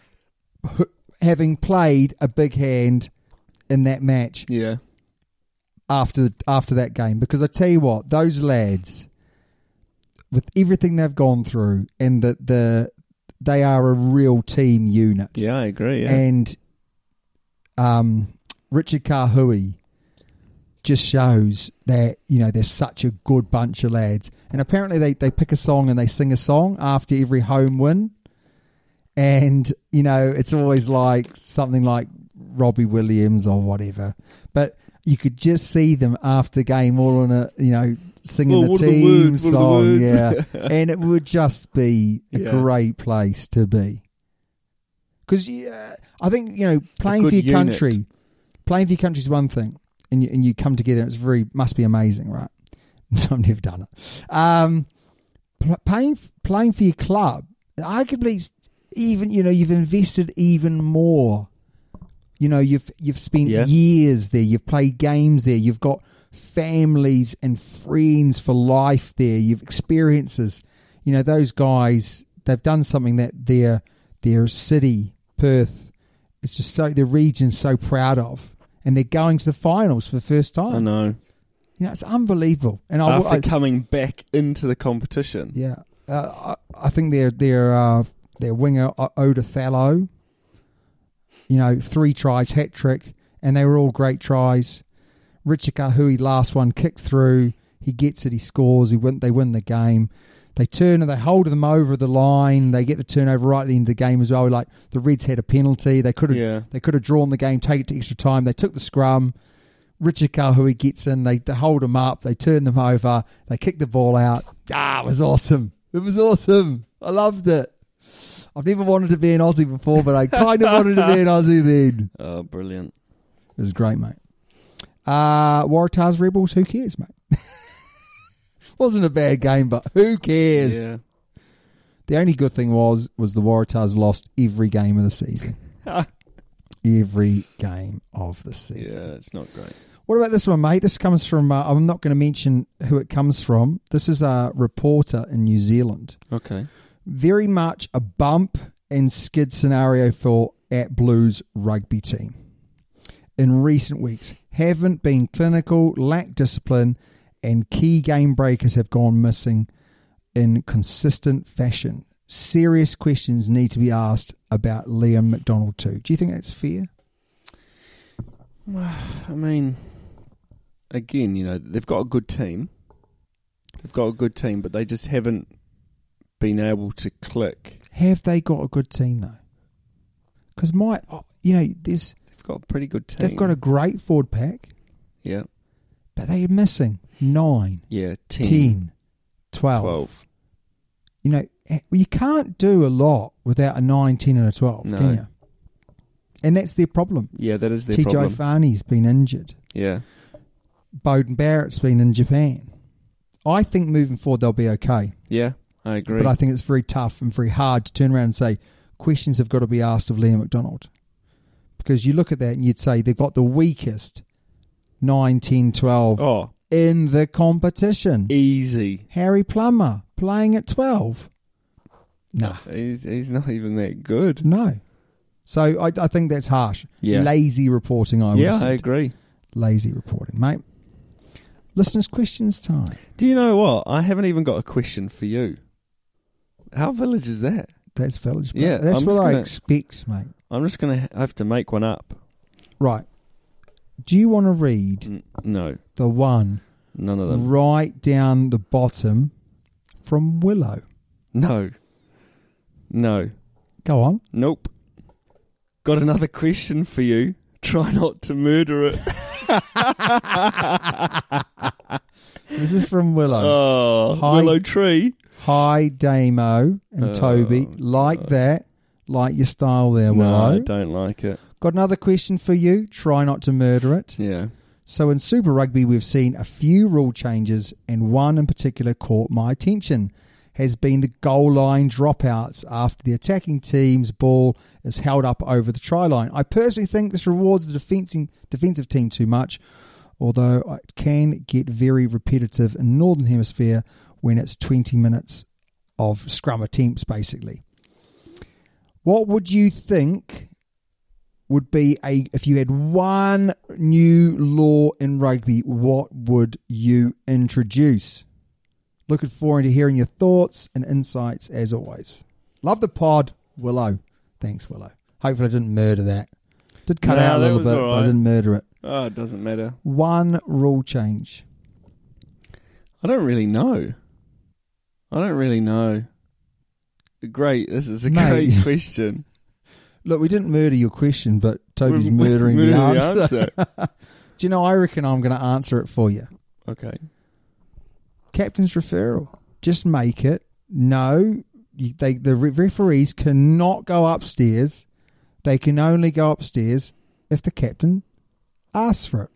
S3: having played a big hand in that match."
S4: Yeah.
S3: after after that game because I tell you what, those lads, with everything they've gone through, and the the they are a real team unit.
S4: Yeah, I agree. Yeah.
S3: And um, Richard Kahui just shows that you know they're such a good bunch of lads. And apparently they they pick a song and they sing a song after every home win. And you know it's always like something like Robbie Williams or whatever. But you could just see them after the game, all on a you know singing
S4: Well,
S3: the
S4: what are the
S3: team
S4: words? What are
S3: song,
S4: the words?
S3: yeah. and it would just be a
S4: Yeah.
S3: great place to be because uh, I think you know playing
S4: good
S3: for your
S4: unit.
S3: country, playing for your country is one thing, and you, and you come together. It's very must be amazing, right? I've never done it. Um, pl- playing playing for your club, arguably, it's even you know you've invested even more. You know you've you've spent
S4: Yeah.
S3: years there. You've played games there. You've got families and friends for life there. You've experiences. You know those guys. They've done something that their their city, Perth, it's just so the region's so proud of, and they're going to the finals for the first time.
S4: I know.
S3: You know, it's unbelievable. And I,
S4: After
S3: I
S4: coming back into the competition.
S3: yeah, uh, I, I think their their uh, their winger O- Oda Fallow, you know, three tries, hat trick, and they were all great tries. Richard Kahui, last one, kicked through. He gets it. He scores. He win. They win the game. They turn and they hold them over the line. They get the turnover right at the end of the game as well. Like the Reds had a penalty. They could have.
S4: Yeah.
S3: They could have drawn the game, take it to extra time. They took the scrum. Richard Kahui gets in, they, they hold him up, they turn them over, they kick the ball out. Ah, it was awesome. It was awesome. I loved it. I've never wanted to be an Aussie before, but I kind of wanted to be an Aussie then.
S4: Oh, brilliant.
S3: It was great, mate. Uh, Waratahs Rebels, who cares, mate? Wasn't a bad game, but who cares?
S4: Yeah.
S3: The only good thing was was the Waratahs lost every game of the season. every game of the season.
S4: Yeah, it's not great.
S3: What about this one, mate? This comes from, uh, I'm not going to mention who it comes from. This is a reporter in New Zealand.
S4: Okay.
S3: Very much a bump and skid scenario for at Blues rugby team. In recent weeks, haven't been clinical, lack discipline, and key game breakers have gone missing in consistent fashion. Serious questions need to be asked about Liam McDonald too. Do you think that's fair?
S4: I mean, again, you know, they've got a good team. They've got a good team, but they just haven't been able to click.
S3: Have they got a good team though? Because my, oh, you know, there's
S4: They've got a pretty good team.
S3: they've got a great forward pack,
S4: yeah,
S3: but they're missing nine,
S4: yeah,
S3: 10,
S4: ten,
S3: 12.
S4: twelve.
S3: You know, eh, you can't do a lot without a nine, ten, and a twelve,
S4: No.
S3: can you? And that's their problem.
S4: Yeah, that is their
S3: TJ
S4: problem.
S3: Farney's been injured.
S4: yeah,
S3: Bowden Barrett's been in Japan. I think moving forward they'll be okay.
S4: yeah, I agree.
S3: But I think it's very tough and very hard to turn around and say questions have got to be asked of Liam McDonald. Because you look at that and you'd say they've got the weakest 9, 10, 12
S4: oh,
S3: in the competition.
S4: easy.
S3: Harry Plummer playing at 12. Nah,
S4: He's he's not even that good.
S3: no. So I, I think that's harsh.
S4: Yeah.
S3: Lazy reporting, I would
S4: yeah,
S3: have
S4: I
S3: said.
S4: agree.
S3: Lazy reporting, mate. Listeners' questions time.
S4: Do you know what? I haven't even got a question for you. How village is that?
S3: That's village. bro.
S4: Yeah,
S3: that's
S4: I'm
S3: what
S4: just
S3: I
S4: gonna-
S3: expect, mate.
S4: I'm just gonna ha- have to make one up.
S3: Right. Do you want to read
S4: No,
S3: the one
S4: none of them.
S3: right down the bottom from Willow?
S4: No. No.
S3: Go on.
S4: Nope. Got another question for you. Try not to murder it.
S3: This is from Willow.
S4: Oh,
S3: Hi.
S4: Willow Tree.
S3: Hi, Damo and Toby. Like that. Like your style there,
S4: Oh, No,
S3: Willow.
S4: I don't like it.
S3: Got another question for you. Try not to murder it.
S4: Yeah.
S3: So in Super Rugby, we've seen a few rule changes, and one in particular caught my attention. Has been the goal line dropouts after the attacking team's ball is held up over the try line. I personally think this rewards the defending defensive team too much, although it can get very repetitive in Northern Hemisphere when it's 20 minutes of scrum attempts, basically. What would you think would be a if you had one new law in rugby, what would you introduce? Looking forward to hearing your thoughts and insights as always. Love the pod, Willow. Thanks, Willow. Hopefully, I didn't murder that. Did cut
S4: No,
S3: out a
S4: that
S3: little
S4: was
S3: bit,
S4: all
S3: but I
S4: right.
S3: didn't murder it.
S4: Oh, it doesn't matter.
S3: One rule change.
S4: I don't really know. I don't really know. Great. This is a
S3: Mate.
S4: great question.
S3: Look, we didn't murder your question, but Toby's
S4: We've- we've
S3: murdering
S4: murdered
S3: the answer.
S4: answer.
S3: Do you know? I reckon I'm going to answer it for you.
S4: okay.
S3: captain's referral. Just make it. No, you, they the re- referees cannot go upstairs. They can only go upstairs if the captain asks for it.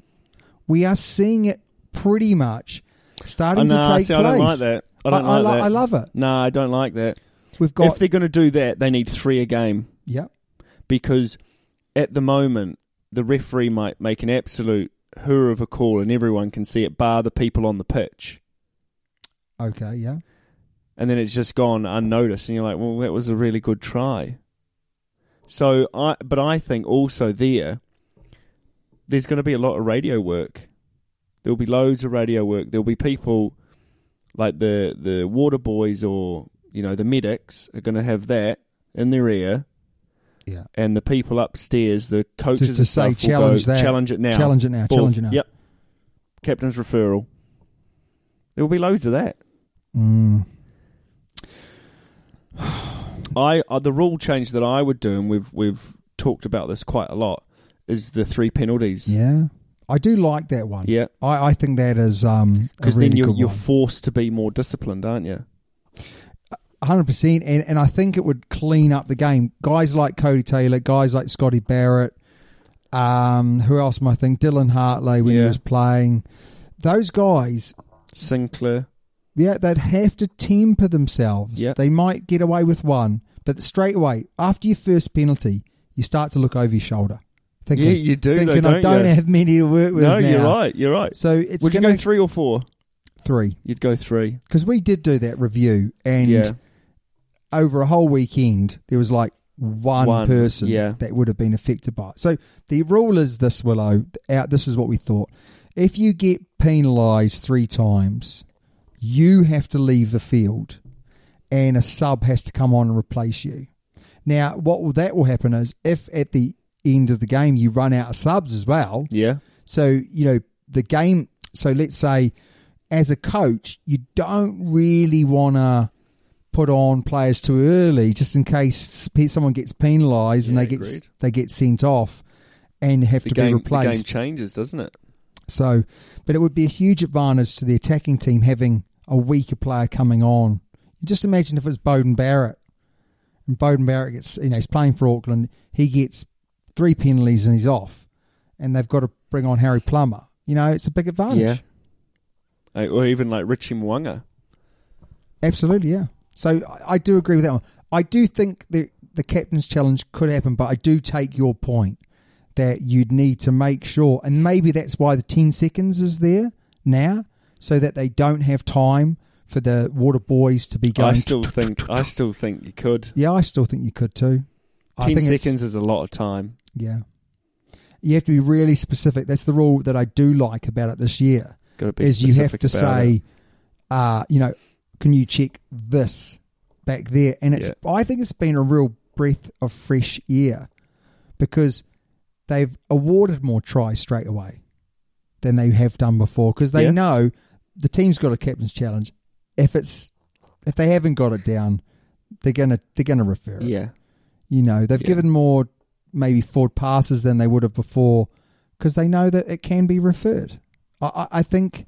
S3: We are seeing it pretty much starting
S4: Oh,
S3: to
S4: nah,
S3: take
S4: see,
S3: place.
S4: I don't like that. I don't
S3: I,
S4: like
S3: lo-
S4: that.
S3: I love it.
S4: No, I don't like that.
S3: We've got
S4: if they're going to do that, they need three a game
S3: yep.
S4: because at the moment the referee might make an absolute hurrah of a call and everyone can see it, bar the people on the pitch,
S3: Okay, yeah.
S4: and then it's just gone unnoticed, and you're like, well, that was a really good try. So I, but I think also there, there's going to be a lot of radio work. There'll be loads of radio work. There'll be people like the the water boys or you know the medics are going to have that in their ear.
S3: Yeah.
S4: And the people upstairs, the coaches,
S3: Just to
S4: and
S3: say,
S4: stuff will go,
S3: challenge that.
S4: challenge it now,
S3: Challenge it now,
S4: Ball-
S3: challenge it now.
S4: Yep. Captain's referral. There will be loads of that.
S3: Mm.
S4: I uh, the rule change that I would do, and we've we've talked about this quite a lot, is the three penalties.
S3: Yeah. I do like that one.
S4: Yeah.
S3: I, I think that is um a
S4: Because
S3: really
S4: then you're,
S3: good
S4: you're
S3: one.
S4: forced to be more disciplined, aren't you?
S3: hundred percent, and and I think it would clean up the game. Guys like Cody Taylor, guys like Scotty Barrett, um, who else am I think? Dylan Hartley when he
S4: Yeah.
S3: was playing, those guys,
S4: Sinclair.
S3: yeah, they'd have to temper themselves.
S4: Yeah.
S3: They might get away with one, but straight away after your first penalty, you start to look over your shoulder, thinking,
S4: Yeah, you do though,
S3: thinking I
S4: don't
S3: don't
S4: you?"
S3: have many to work with.
S4: No,
S3: now.
S4: you're right. You're right.
S3: So it's
S4: would you
S3: gonna
S4: go three or four?
S3: three
S4: You'd go three.
S3: because we did do that review and.
S4: yeah.
S3: over a whole weekend, there was like one,
S4: One,
S3: person
S4: yeah.
S3: that would have been affected by it. So the rule is this, Willow. Out, this is what we thought. If you get penalised three times, you have to leave the field, and a sub has to come on and replace you. Now, what will that will happen is if at the end of the game you run out of subs as well,
S4: Yeah.
S3: so, you know, the game, so let's say as a coach, you don't really want to put on players too early just in case pe- someone gets penalized and
S4: Yeah,
S3: they get
S4: agreed.
S3: they get sent off and have
S4: The
S3: to
S4: game,
S3: be
S4: the game
S3: replaced.
S4: changes, doesn't it?
S3: so, but it would be a huge advantage to the attacking team having a weaker player coming on. Just imagine if it's Bowden Barrett and Bowden Barrett gets, you know, he's playing for Auckland. He gets three penalties and he's off, and they've got to bring on Harry Plummer. You know, it's a big advantage.
S4: Yeah. Uh, Or even like Richie Mwanga.
S3: Absolutely, yeah. So I- I do agree with that one. I do think the the captain's challenge could happen, but I do take your point that you'd need to make sure, and maybe that's why the ten seconds is there now, so that they don't have time for the water boys to be
S4: I
S3: going.
S4: still think I still think you could.
S3: yeah, I still think you could too. I
S4: Ten
S3: think it's-
S4: seconds is a lot of time.
S3: Yeah, you have to be really specific. That's the rule that I do like about it this year
S4: Got to be
S3: is you have
S4: specific
S3: to
S4: about it.
S3: say, uh, you know, can you check this back there? And it's I think it's been a real breath of fresh air because they've awarded more tries straight away than they have done before because they
S4: Yeah.
S3: know the team's got a captain's challenge. If it's if they haven't got it down, they're gonna they're gonna refer it.
S4: Yeah.
S3: You know, they've
S4: Yeah.
S3: given more maybe forward passes than they would have before because they know that it can be referred. I, I, I think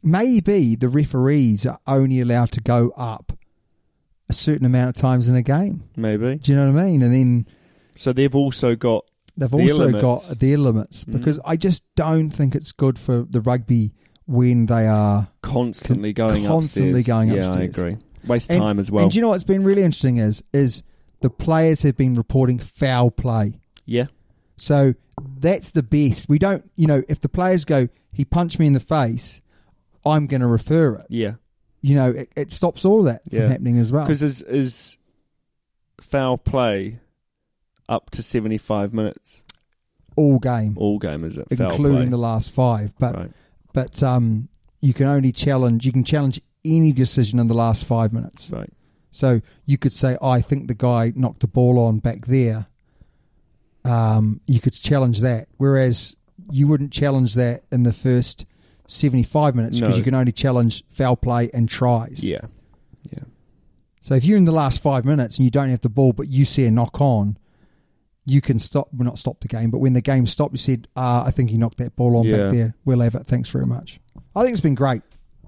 S3: maybe the referees are only allowed to go up a certain amount of times in a game.
S4: Maybe.
S3: Do you know what I mean? And then
S4: So they've also got
S3: they've
S4: Their
S3: also
S4: limits. Mm-hmm.
S3: got their limits because I just don't think it's good for the rugby when they are
S4: constantly
S3: Con-
S4: going
S3: constantly
S4: upstairs.
S3: going
S4: Yeah,
S3: upstairs.
S4: I agree. Waste
S3: and-
S4: time as well.
S3: And do you know what's been really interesting is is the players have been reporting foul play.
S4: yeah.
S3: So that's the best. We don't, you know, if the players go, he punched me in the face, I'm going to refer it.
S4: Yeah.
S3: You know, it, it stops all that
S4: Yeah.
S3: from happening as well.
S4: Because is is foul play up to seventy five minutes
S3: All game,
S4: all game? Is it foul play?
S3: including the last five, but
S4: Right.
S3: but um, you can only challenge. You can challenge any decision in the last five minutes.
S4: right?
S3: So you could say, I think the guy knocked the ball on back there. Um, you could challenge that, whereas you wouldn't challenge that in the first seventy-five minutes because
S4: No.
S3: you can only challenge foul play and tries.
S4: Yeah, yeah,
S3: So if you're in the last five minutes and you don't have the ball, but you see a knock on, you can stop. Well, not stop the game, but when the game stopped, you said, uh, "I think he knocked that ball on
S4: Yeah.
S3: back there. We'll have it. Thanks very much." I think it's been great.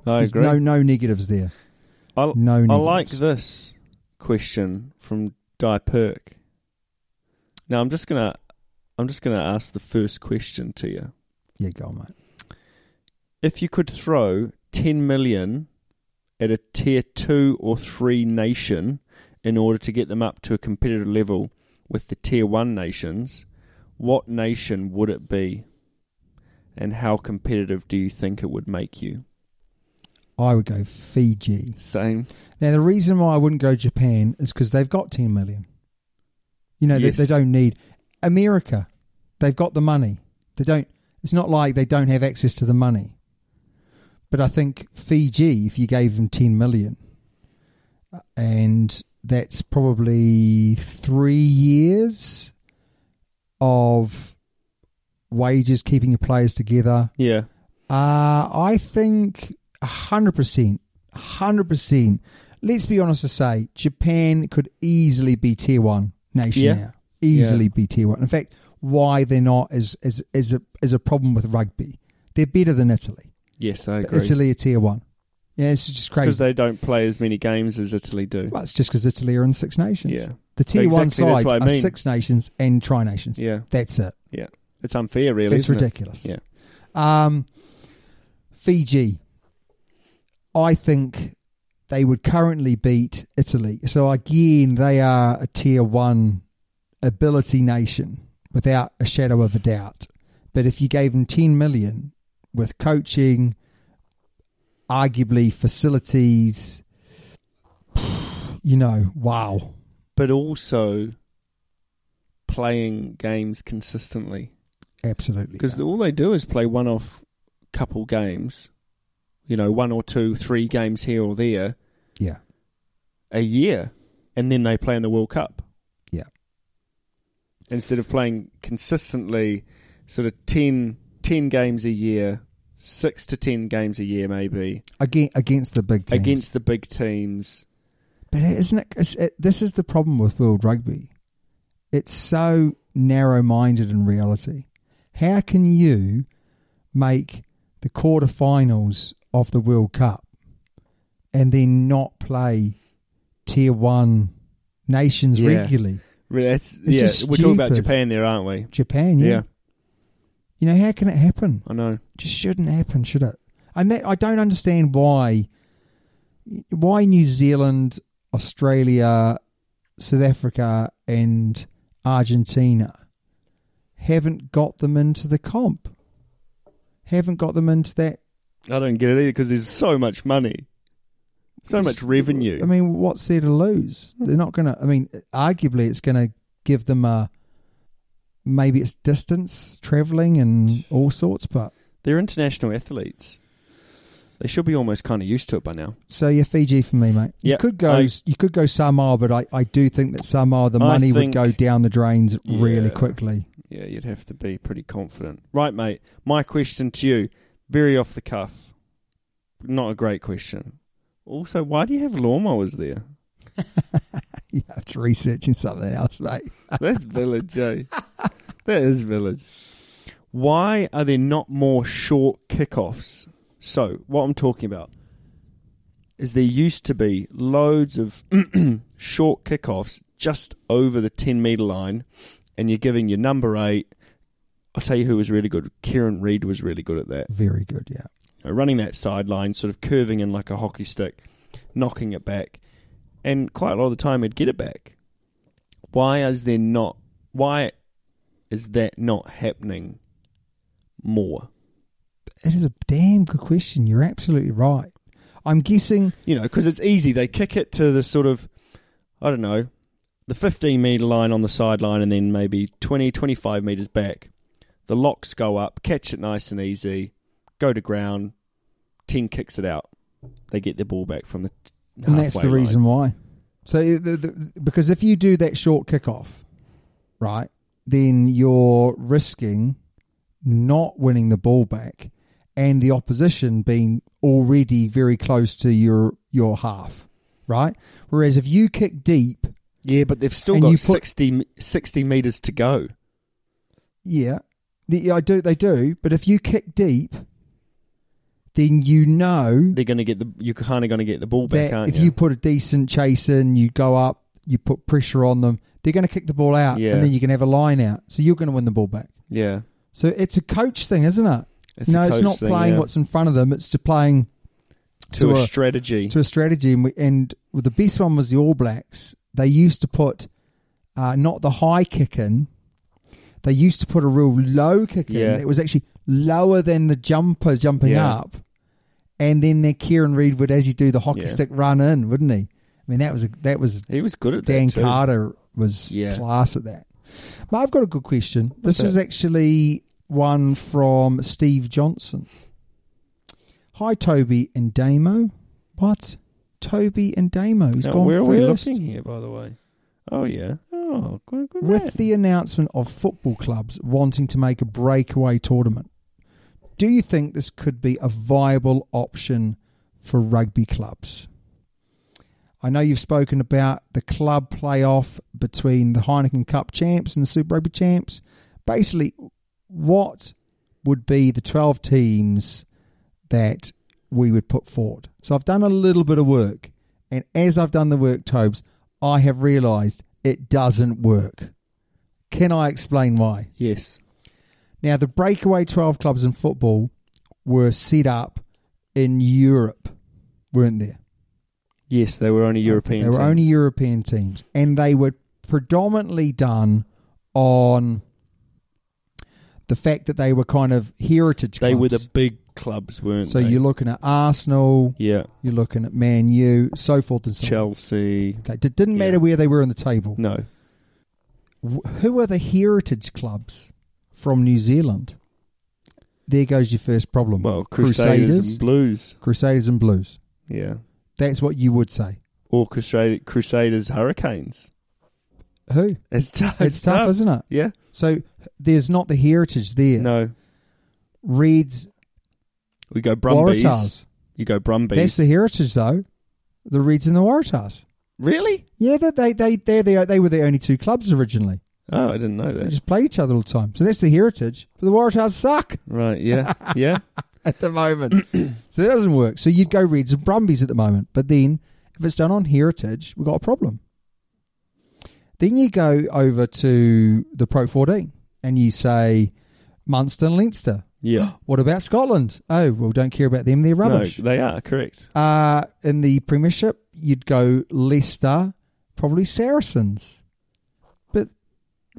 S4: I
S3: There's
S4: agree.
S3: No, no negatives there.
S4: I,
S3: no
S4: I
S3: negatives.
S4: like this question from Di Perk. Now I'm just gonna, I'm just gonna ask the first question to you.
S3: Yeah, go on, mate.
S4: If you could throw ten million at a tier two or three nation in order to get them up to a competitive level with the tier one nations, what nation would it be? And how competitive do you think it would make you?
S3: I would go Fiji.
S4: Same.
S3: Now, the reason why I wouldn't go Japan is because they've got 10 million. You know,
S4: Yes.
S3: they, they don't need America. They've got the money. They don't. It's not like they don't have access to the money. But I think Fiji, if you gave them 10 million, uh, and that's probably three years of wages keeping your players together.
S4: Yeah.
S3: Uh, I think 100%. 100%. Let's be honest to say, Japan could easily be tier one nation
S4: Yeah.
S3: now. Easily
S4: Yeah.
S3: be tier one. In fact, why they're not is, is, is, a, is a problem with rugby. They're better than Italy.
S4: Yes, I
S3: But
S4: agree.
S3: Italy are tier one. Yeah, it's just
S4: because
S3: crazy.
S4: they don't play as many games as Italy do.
S3: well, it's just because Italy are in Six Nations.
S4: Yeah.
S3: The tier one
S4: Exactly, that's
S3: sides
S4: what I
S3: are
S4: mean.
S3: Six Nations and Tri Nations.
S4: Yeah,
S3: That's it.
S4: yeah. It's unfair, really.
S3: it's
S4: isn't it?
S3: ridiculous.
S4: Yeah,
S3: Um, Fiji, I think they would currently beat Italy. So again, they are a tier one ability nation without a shadow of a doubt. But if you gave them 10 million with coaching, arguably facilities, you know, wow.
S4: but also playing games consistently
S3: Absolutely.
S4: because all they do is play one-off couple games. You know, one or two, three games here or there
S3: yeah.
S4: a year, and then they play in the World Cup
S3: Yeah.
S4: instead of playing consistently, sort of 10, 10 games a year, six to ten games a year, maybe
S3: Again, against the big teams.
S4: against the big teams.
S3: But it isn't it, it's- it? This is the problem with world rugby. It's so narrow-minded in reality. How can you make the quarterfinals of the World Cup and then not play tier one nations
S4: Yeah.
S3: regularly?
S4: Really, that's,
S3: It's
S4: yeah,
S3: just
S4: we're talking about
S3: stupid.
S4: Japan there, aren't we?
S3: Japan, yeah.
S4: Yeah.
S3: You know how can it happen?
S4: I know.
S3: just shouldn't happen, should it? And that I don't understand why why New Zealand, Australia, South Africa and Argentina haven't got them into the comp. Haven't got them into that
S4: I don't get it either because there's so much money, so much revenue.
S3: I mean, what's there to lose? They're not going to. I mean, arguably, it's going to give them a maybe it's distance traveling and all sorts. But
S4: they're international athletes. They should be almost kind of used to it by now.
S3: So yeah, Fiji for me, mate. You
S4: Yeah,
S3: could go,
S4: I-
S3: you could go Samoa, but I, I do think that Samoa the
S4: I
S3: money
S4: think-
S3: would go down the drains really
S4: Yeah.
S3: quickly.
S4: Yeah, you'd have to be pretty confident. Right, mate. My question to you, very off the cuff. Not a great question. Also, why do you have lawnmowers there?
S3: Yeah, it's researching something else, mate.
S4: That's village, eh? That is village. Why are there not more short kickoffs? So, what I'm talking about is there used to be loads of short kickoffs just over the 10 metre line, and you're giving your number eight. I'll tell you who was really good. Kieran Reid was really good at that.
S3: Very good, yeah.
S4: You know, running that sideline, sort of curving in like a hockey stick, knocking it back, and quite a lot of the time he'd get it back. Why is there not? Why is that not happening more?
S3: It is a damn good question. You're absolutely right. I'm guessing
S4: You know, because it's easy. They kick it to the sort of, I don't know, the 15 metre line on the sideline and then maybe 20, 25 metres back. The locks go up, catch it nice and easy, go to ground, 10 kicks it out. They get their ball back from the. t-
S3: and that's the
S4: halfway line.
S3: reason why. So, it- the, the, because if you do that short kickoff, right, then you're risking not winning the ball back and the opposition being already very close to your your half, right? Whereas if you kick deep,
S4: Yeah, but they've still
S3: And
S4: got
S3: you put-
S4: 60, 60 metres to go.
S3: yeah, the, yeah, I do they do, but if you kick deep, then you know
S4: They're going to get the you're kind of going to get the ball back,
S3: that
S4: aren't
S3: if you? put a decent chase in, you go up, you put pressure on them, they're going to kick the ball out,
S4: Yeah.
S3: and then you can have a line out. So you're going to win the ball back.
S4: yeah,
S3: So it's a coach thing, isn't it?
S4: It's a
S3: no, it's
S4: coach
S3: not
S4: thing,
S3: playing
S4: yeah.
S3: what's in front of them. It's to playing
S4: to,
S3: to
S4: a,
S3: a-
S4: strategy.
S3: to a strategy. And, we, and the best one was the All Blacks. They used to put uh, not the high kick in. They used to put a real low kick
S4: Yeah.
S3: in. It was actually lower than the jumper jumping
S4: Yeah.
S3: up. And then their Kieran Reid would, as you do, the hockey
S4: Yeah.
S3: stick run in, wouldn't he? I mean, that was a, that was
S4: he was good at
S3: Dan
S4: that too.
S3: Carter was
S4: Yeah.
S3: class at that. But I've got a good question. This
S4: that?
S3: is actually one from Steve Johnson. Hi, Toby and Damo. What? Toby and Damo. He's
S4: Now,
S3: gone
S4: where are we
S3: first.
S4: looking here, by the way? Oh yeah. Oh, good, good man.
S3: With the announcement of football clubs wanting to make a breakaway tournament, do you think this could be a viable option for rugby clubs? I know you've spoken about the club playoff between the Heineken Cup champs and the Super Rugby champs. Basically, what would be the 12 teams that we would put forward? So I've done a little bit of work. And as I've done the work, Tobes, I have realised it doesn't work. Can I explain why?
S4: yes.
S3: Now, the breakaway 12 clubs in football were set up in Europe, weren't there?
S4: Yes, they were only European.
S3: They were
S4: teams.
S3: only European teams, and they were predominantly done on the fact that they were kind of heritage.
S4: They were
S3: clubs.
S4: the big clubs, weren't
S3: so
S4: they?
S3: you're looking at Arsenal,
S4: yeah,
S3: you're looking at Man U, so forth and so on.
S4: Chelsea.
S3: Okay, it didn't matter
S4: Yeah.
S3: where they were on the table.
S4: No,
S3: Wh- Who are the heritage clubs from New Zealand? There goes your first problem.
S4: well, Crusaders, and Blues.
S3: Crusaders and Blues.
S4: Yeah,
S3: That's what you would say.
S4: or Crusade- Crusaders Hurricanes.
S3: Who?
S4: It's tough.
S3: It's tough, isn't it?
S4: Yeah.
S3: So there's not the heritage there.
S4: No,
S3: Reds,
S4: we go Brumbies.
S3: Waratahs.
S4: You go Brumbies.
S3: That's the heritage, though. The Reds and the Waratahs.
S4: really?
S3: Yeah, they they they they're the, they were the only two clubs originally.
S4: Oh, I didn't know
S3: They
S4: that.
S3: just played each other all the time. So that's the heritage. But the Waratahs suck
S4: Right? Yeah, yeah.
S3: at the moment. so that doesn't work. So you'd go Reds and Brumbies at the moment. But then if it's done on heritage, we've got a problem. Then you go over to the Pro 14 and you say Munster and Leinster.
S4: Yeah.
S3: What about Scotland? Oh, well, don't care about them. They're rubbish.
S4: No, they are correct.
S3: Uh, in the Premiership, you'd go Leicester, probably Saracens. But,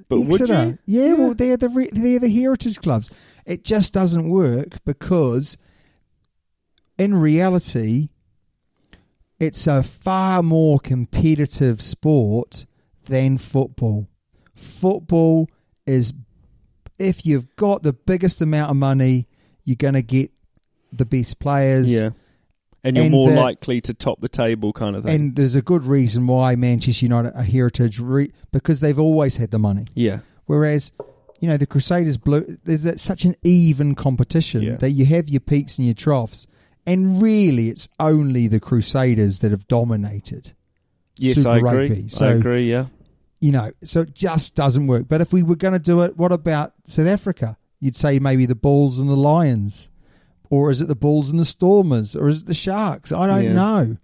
S4: But would
S3: Exeter,
S4: you?
S3: Yeah, well, they're the re- they're the heritage clubs. It just doesn't work because, in reality, it's a far more competitive sport than football. Football is, if you've got the biggest amount of money, you're going to get the best players.
S4: Yeah. And you're
S3: And
S4: more
S3: the-
S4: likely to top the table, kind of thing.
S3: And there's a good reason why Manchester United are heritage re- because they've always had the money.
S4: yeah.
S3: Whereas you know the Crusaders blue. There's a, such an even competition
S4: Yeah.
S3: that you have your peaks and your troughs, and really it's only the Crusaders that have dominated.
S4: Yes,
S3: Super
S4: I agree.
S3: Rugby.
S4: I
S3: So-
S4: agree. Yeah.
S3: You know, so it just doesn't work. But if we were going to do it, what about South Africa? You'd say maybe the Bulls and the Lions, or is it the Bulls and the Stormers, or is it the Sharks? I don't
S4: Yeah.
S3: know.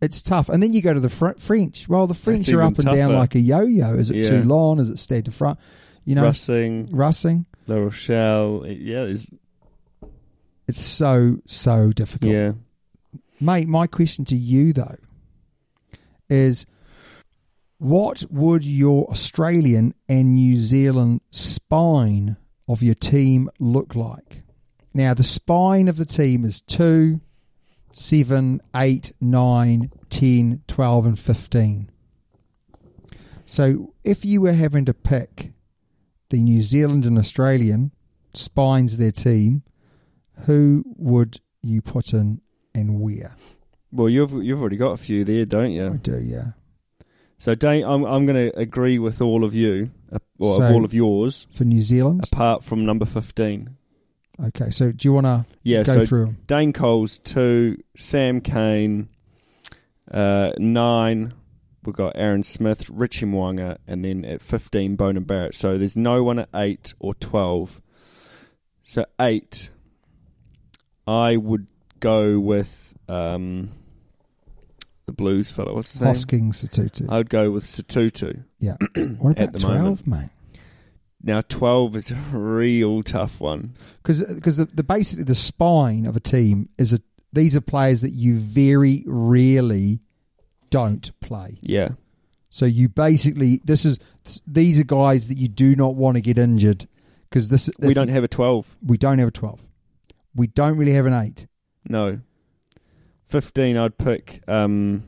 S3: It's tough. And then you go to the Fr- French. Well, the French
S4: That's
S3: are up
S4: even
S3: and down
S4: tougher.
S3: like a yo-yo. Is it
S4: Yeah.
S3: Toulon? Is it Stade de France? You know,
S4: Russing,
S3: Russing.
S4: La Rochelle. Yeah. there's-
S3: It's so so difficult,
S4: Yeah.
S3: mate. My question to you though is, what would your Australian and New Zealand spine of your team look like? Now, the spine of the team is two, seven, eight, nine, ten, twelve, and fifteen. So, if you were having to pick the New Zealand and Australian spines of their team, who would you put in and where?
S4: Well, you've you've already got a few there, don't
S3: I
S4: you?
S3: do, yeah.
S4: So, Dane, I'm I'm going to agree with all of you, uh, or of
S3: So-
S4: all of yours,
S3: For New Zealand?
S4: apart from number fifteen.
S3: Okay, so do you want to
S4: Yeah.
S3: go
S4: so
S3: through 'em?
S4: Dane Coles two, Sam Kane uh, nine. We've got Aaron Smith, Richie Mwanga, and then at fifteen, Bone and Barrett. So there's no one at eight or twelve. So eight, I would go with um, the Blues fellow. What's his name?
S3: Hoskins, Satutu.
S4: I would go with Satutu.
S3: yeah. What
S4: Uh, at
S3: about
S4: the
S3: 12, mate?
S4: Now, 12 is a real tough one.
S3: Because the, the basically the spine of a team is a, these are players that you very rarely don't play.
S4: Yeah.
S3: So you basically this is these are guys that you do not want to get injured because this
S4: we don't have a 12.
S3: we don't have a 12. We don't really have an 8.
S4: No. 15, I'd pick um,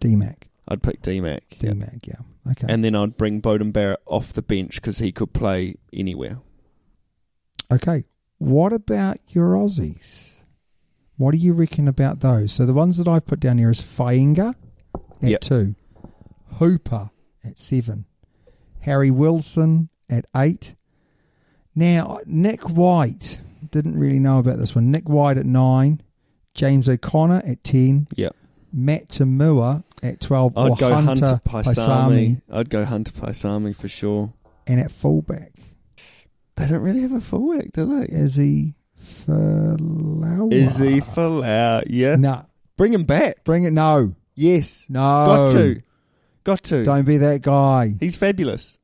S3: DMAC.
S4: I'd pick DMAC.
S3: DMAC, yeah. Okay.
S4: And then I'd bring Bowden Barrett off the bench because he could play anywhere.
S3: Okay. What about your Aussies? What do you reckon about those? So the ones that I've put down here is Fainga at
S4: Yep.
S3: two, Hooper at seven, Harry Wilson at eight. Now, Nick White, didn't really know about this one. Nick White at nine, James O'Connor at 10,
S4: Yeah.
S3: Matt Tamua at 12,
S4: I'd
S3: or
S4: go Hunter,
S3: Hunter,
S4: Paisami.
S3: Paisami,
S4: I'd go Hunter Paisami for sure.
S3: and at fullback,
S4: They don't really have a fullback, do they?
S3: Izzy Falawa.
S4: Izzy Folau. Yeah.
S3: No.
S4: Bring him back.
S3: Bring it. No.
S4: Yes.
S3: No.
S4: Got to. Got to.
S3: Don't be that guy.
S4: He's fabulous.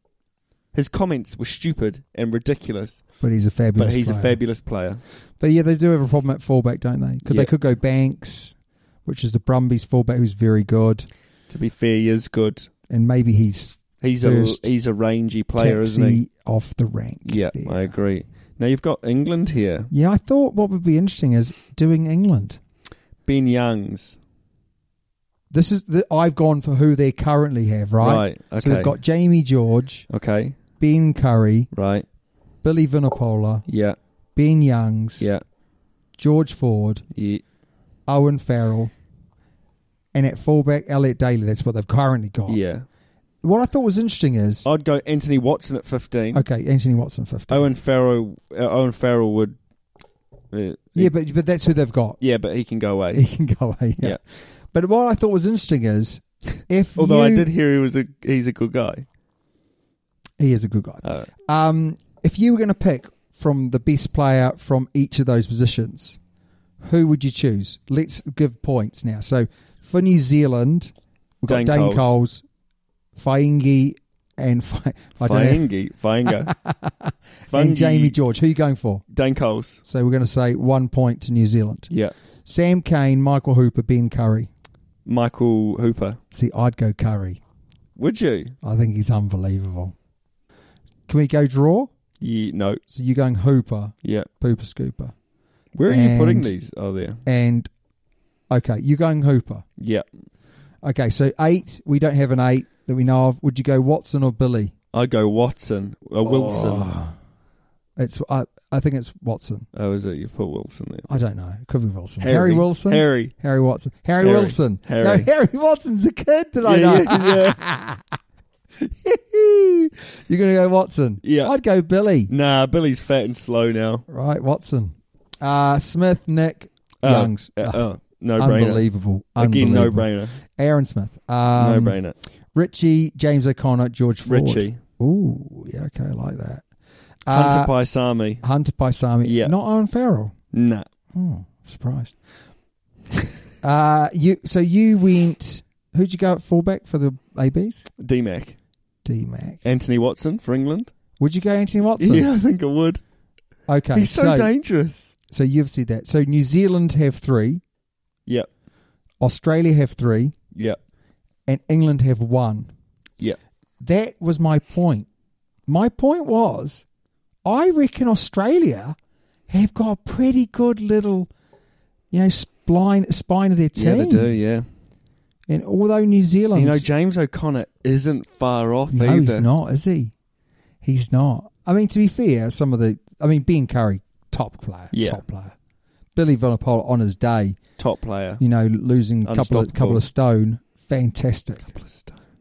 S4: His comments were stupid and ridiculous,
S3: But he's a fabulous
S4: but he's a
S3: player.
S4: fabulous player.
S3: But yeah, they do have a problem at fullback, don't they? Could
S4: Yeah.
S3: They could go Banks, which is the Brumbies fullback, who's very good.
S4: To be fair, he is good.
S3: And maybe he's
S4: He's
S3: First
S4: a he's a rangy player,
S3: taxi
S4: isn't he?
S3: off the rank.
S4: Yeah,
S3: there.
S4: I agree. Now you've got England here.
S3: Yeah, I thought what would be interesting is doing England.
S4: Ben Youngs.
S3: This is the I've gone for who they currently have, right?
S4: Right,
S3: So
S4: okay.
S3: they've got Jamie George,
S4: Okay.
S3: Ben Curry,
S4: Right.
S3: Billy Vinopola,
S4: Yeah.
S3: Ben Youngs,
S4: Yeah.
S3: George Ford,
S4: Yeah.
S3: Owen Farrell, and at fullback Elliot Daly. That's what they've currently got.
S4: yeah.
S3: What I thought was interesting is
S4: I'd go Anthony Watson at 15.
S3: okay, Anthony Watson fifteen.
S4: Oh. Owen Farrell uh, Owen Farrell would uh,
S3: yeah, but but that's who they've got.
S4: yeah, but he can go
S3: He
S4: away.
S3: can go away. Yeah.
S4: Yeah.
S3: But what I thought was interesting is if
S4: Although I
S3: you-
S4: did hear he was a he's a good guy.
S3: he is a good guy.
S4: Uh,
S3: Um, if you were going to pick from the best player from each of those positions, who would you choose? Let's give points now. So for New Zealand, we've got
S4: Dane
S3: Dane Coles, Faingi, and Fa- I don't know,
S4: Faingi, Fainga.
S3: and
S4: Fungi,
S3: Jamie George. Who are you going for?
S4: Dan Coles.
S3: So we're going to say one point to New Zealand.
S4: Yeah.
S3: Sam Kane, Michael Hooper, Ben Curry.
S4: Michael Hooper.
S3: See, I'd go Curry.
S4: Would you?
S3: I think he's unbelievable. Can we go draw?
S4: Yeah, no.
S3: So you're going Hooper,
S4: Yeah.
S3: Pooper Scooper.
S4: Where are you
S3: And-
S4: putting these? Oh, there.
S3: And okay, you're going Hooper.
S4: Yeah.
S3: Okay, so eight, we don't have an eight that we know of. Would you go Watson or Billy?
S4: I'd go Watson. Or Wilson. Oh.
S3: Oh. It's I, I think it's Watson.
S4: is it? You put Wilson there.
S3: I don't know. It could be Wilson. Harry, Wilson.
S4: Harry.
S3: Harry Watson. Harry,
S4: Harry.
S3: Wilson.
S4: Harry.
S3: No, Harry Watson's a kid that I know.
S4: Yeah, yeah, yeah.
S3: You're going to go Watson.
S4: Yeah.
S3: I'd go Billy.
S4: Nah, Billy's fat and slow now.
S3: Right, Watson. Uh, Smith, Nick,
S4: Uh,
S3: Youngs.
S4: uh,
S3: Ugh,
S4: uh, no brainer.
S3: unbelievable.
S4: Again, no
S3: Unbelievable.
S4: brainer.
S3: Aaron Smith.
S4: No
S3: Um,
S4: brainer.
S3: Richie, James O'Connor, George Ford.
S4: Richie.
S3: Ooh, yeah, okay, I like that.
S4: Hunter
S3: Uh,
S4: Paisami.
S3: Hunter Paisami.
S4: Yeah.
S3: Not Owen Farrell.
S4: Nah.
S3: Oh, surprised. uh, you. So you went. Who'd you go at fullback for the ABs?
S4: D Mac.
S3: D Mac.
S4: Anthony Watson for England.
S3: Would you go Anthony Watson?
S4: Yeah, I think I would.
S3: Okay.
S4: He's so, dangerous.
S3: so you've seen that. So New Zealand have three,
S4: Yep.
S3: Australia have three,
S4: Yep.
S3: and England have one.
S4: Yep.
S3: That was my point. My point was, I reckon Australia have got a pretty good little, you know, spline spine of their
S4: Yeah,
S3: team.
S4: they do, yeah.
S3: And although New Zealand,
S4: You know, James O'Connor isn't far off
S3: no,
S4: either.
S3: he's not, is he? He's not. I mean, to be fair, some of the, I mean, Ben Curry, top player,
S4: Yeah.
S3: top player. Billy Vanapola on his day,
S4: Top player.
S3: you know, losing a couple of
S4: Unstoppable.
S3: couple of stone, fantastic,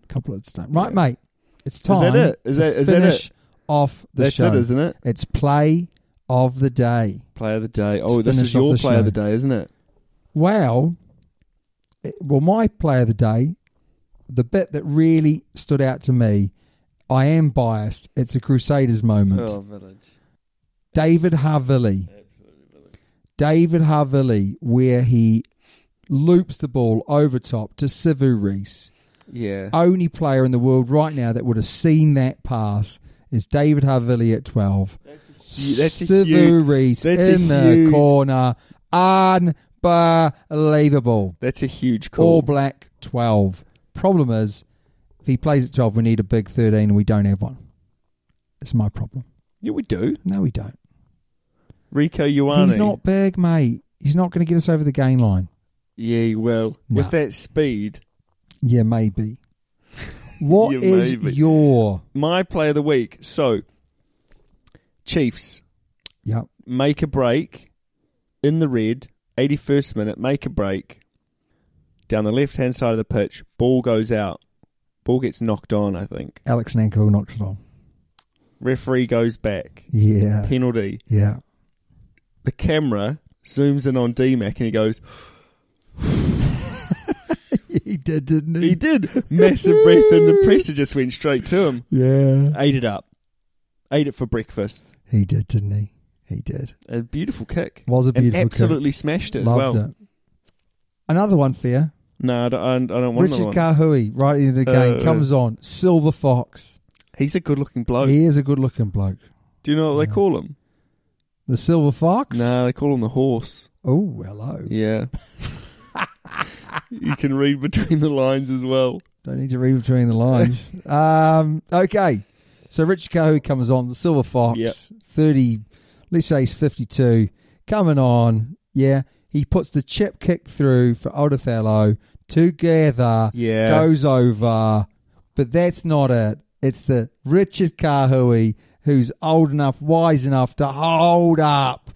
S3: couple of stone. Right, mate, it's time.
S4: that it? Is
S3: to
S4: that- is that it?
S3: finish off the
S4: That's
S3: show?
S4: it, isn't it?
S3: It's play of the day.
S4: Player of the day. Oh,
S3: To
S4: this
S3: finish
S4: is your
S3: off the
S4: player of the
S3: show.
S4: day, isn't it?
S3: Well, it- well, my play of the day, the bit that really stood out to me, I am biased. It's a Crusaders moment.
S4: village.
S3: David Havili. David Havili, where he loops the ball over top to Sivu Reese.
S4: Yeah.
S3: Only player in the world right now that would have seen that pass is David Havili at 12.
S4: that's a
S3: Sivu
S4: huge-
S3: Reese
S4: that's a
S3: in the
S4: huge-
S3: corner. Unbelievable.
S4: That's a huge
S3: All
S4: call.
S3: Black 12. Problem is, if he plays at 12, we need a big 13 and we don't have one. It's my problem.
S4: yeah, we do.
S3: No, we don't.
S4: Rico Ioane.
S3: He's not big, mate. He's not going to get us over the gain line.
S4: Yeah, he will.
S3: No.
S4: With that speed.
S3: Yeah, maybe. What
S4: Yeah,
S3: is
S4: maybe.
S3: your
S4: My play of the week. So, Chiefs
S3: yep?
S4: make a break in the red, 81st minute, make a break down the left hand side of the pitch. Ball goes out. Ball gets knocked on, I think.
S3: Alex Nanko knocks it on.
S4: Referee goes back.
S3: Yeah,
S4: Penalty.
S3: yeah.
S4: The camera zooms in on D Mac and he goes,
S3: he did, didn't
S4: He did. Massive breath and the pressure just went straight to him.
S3: Yeah,
S4: Ate it up. Ate it for breakfast.
S3: he did, didn't he? He did.
S4: A beautiful kick.
S3: Was a
S4: And
S3: beautiful kick.
S4: absolutely smashed it as
S3: Loved
S4: well.
S3: it. Another one for you.
S4: No, I don't, I don't- I don't want
S3: Richard
S4: another one.
S3: Kahui, right into the game,
S4: Uh,
S3: comes on. Silver Fox.
S4: He's a good looking bloke.
S3: He is a good-looking bloke.
S4: Do you know what they call him?
S3: The Silver Fox.
S4: No, they call him the horse.
S3: Oh, hello.
S4: Yeah. you can read between the lines as well.
S3: Don't need to read between the lines. um, okay. So Rich Kahu comes on, the Silver Fox,
S4: Yep.
S3: 30, let's say he's 52, coming on. Yeah. He puts the chip kick through for Odothello together,
S4: Yeah.
S3: goes over. But that's not it. It's the Richard Kahui who's old enough, wise enough to hold up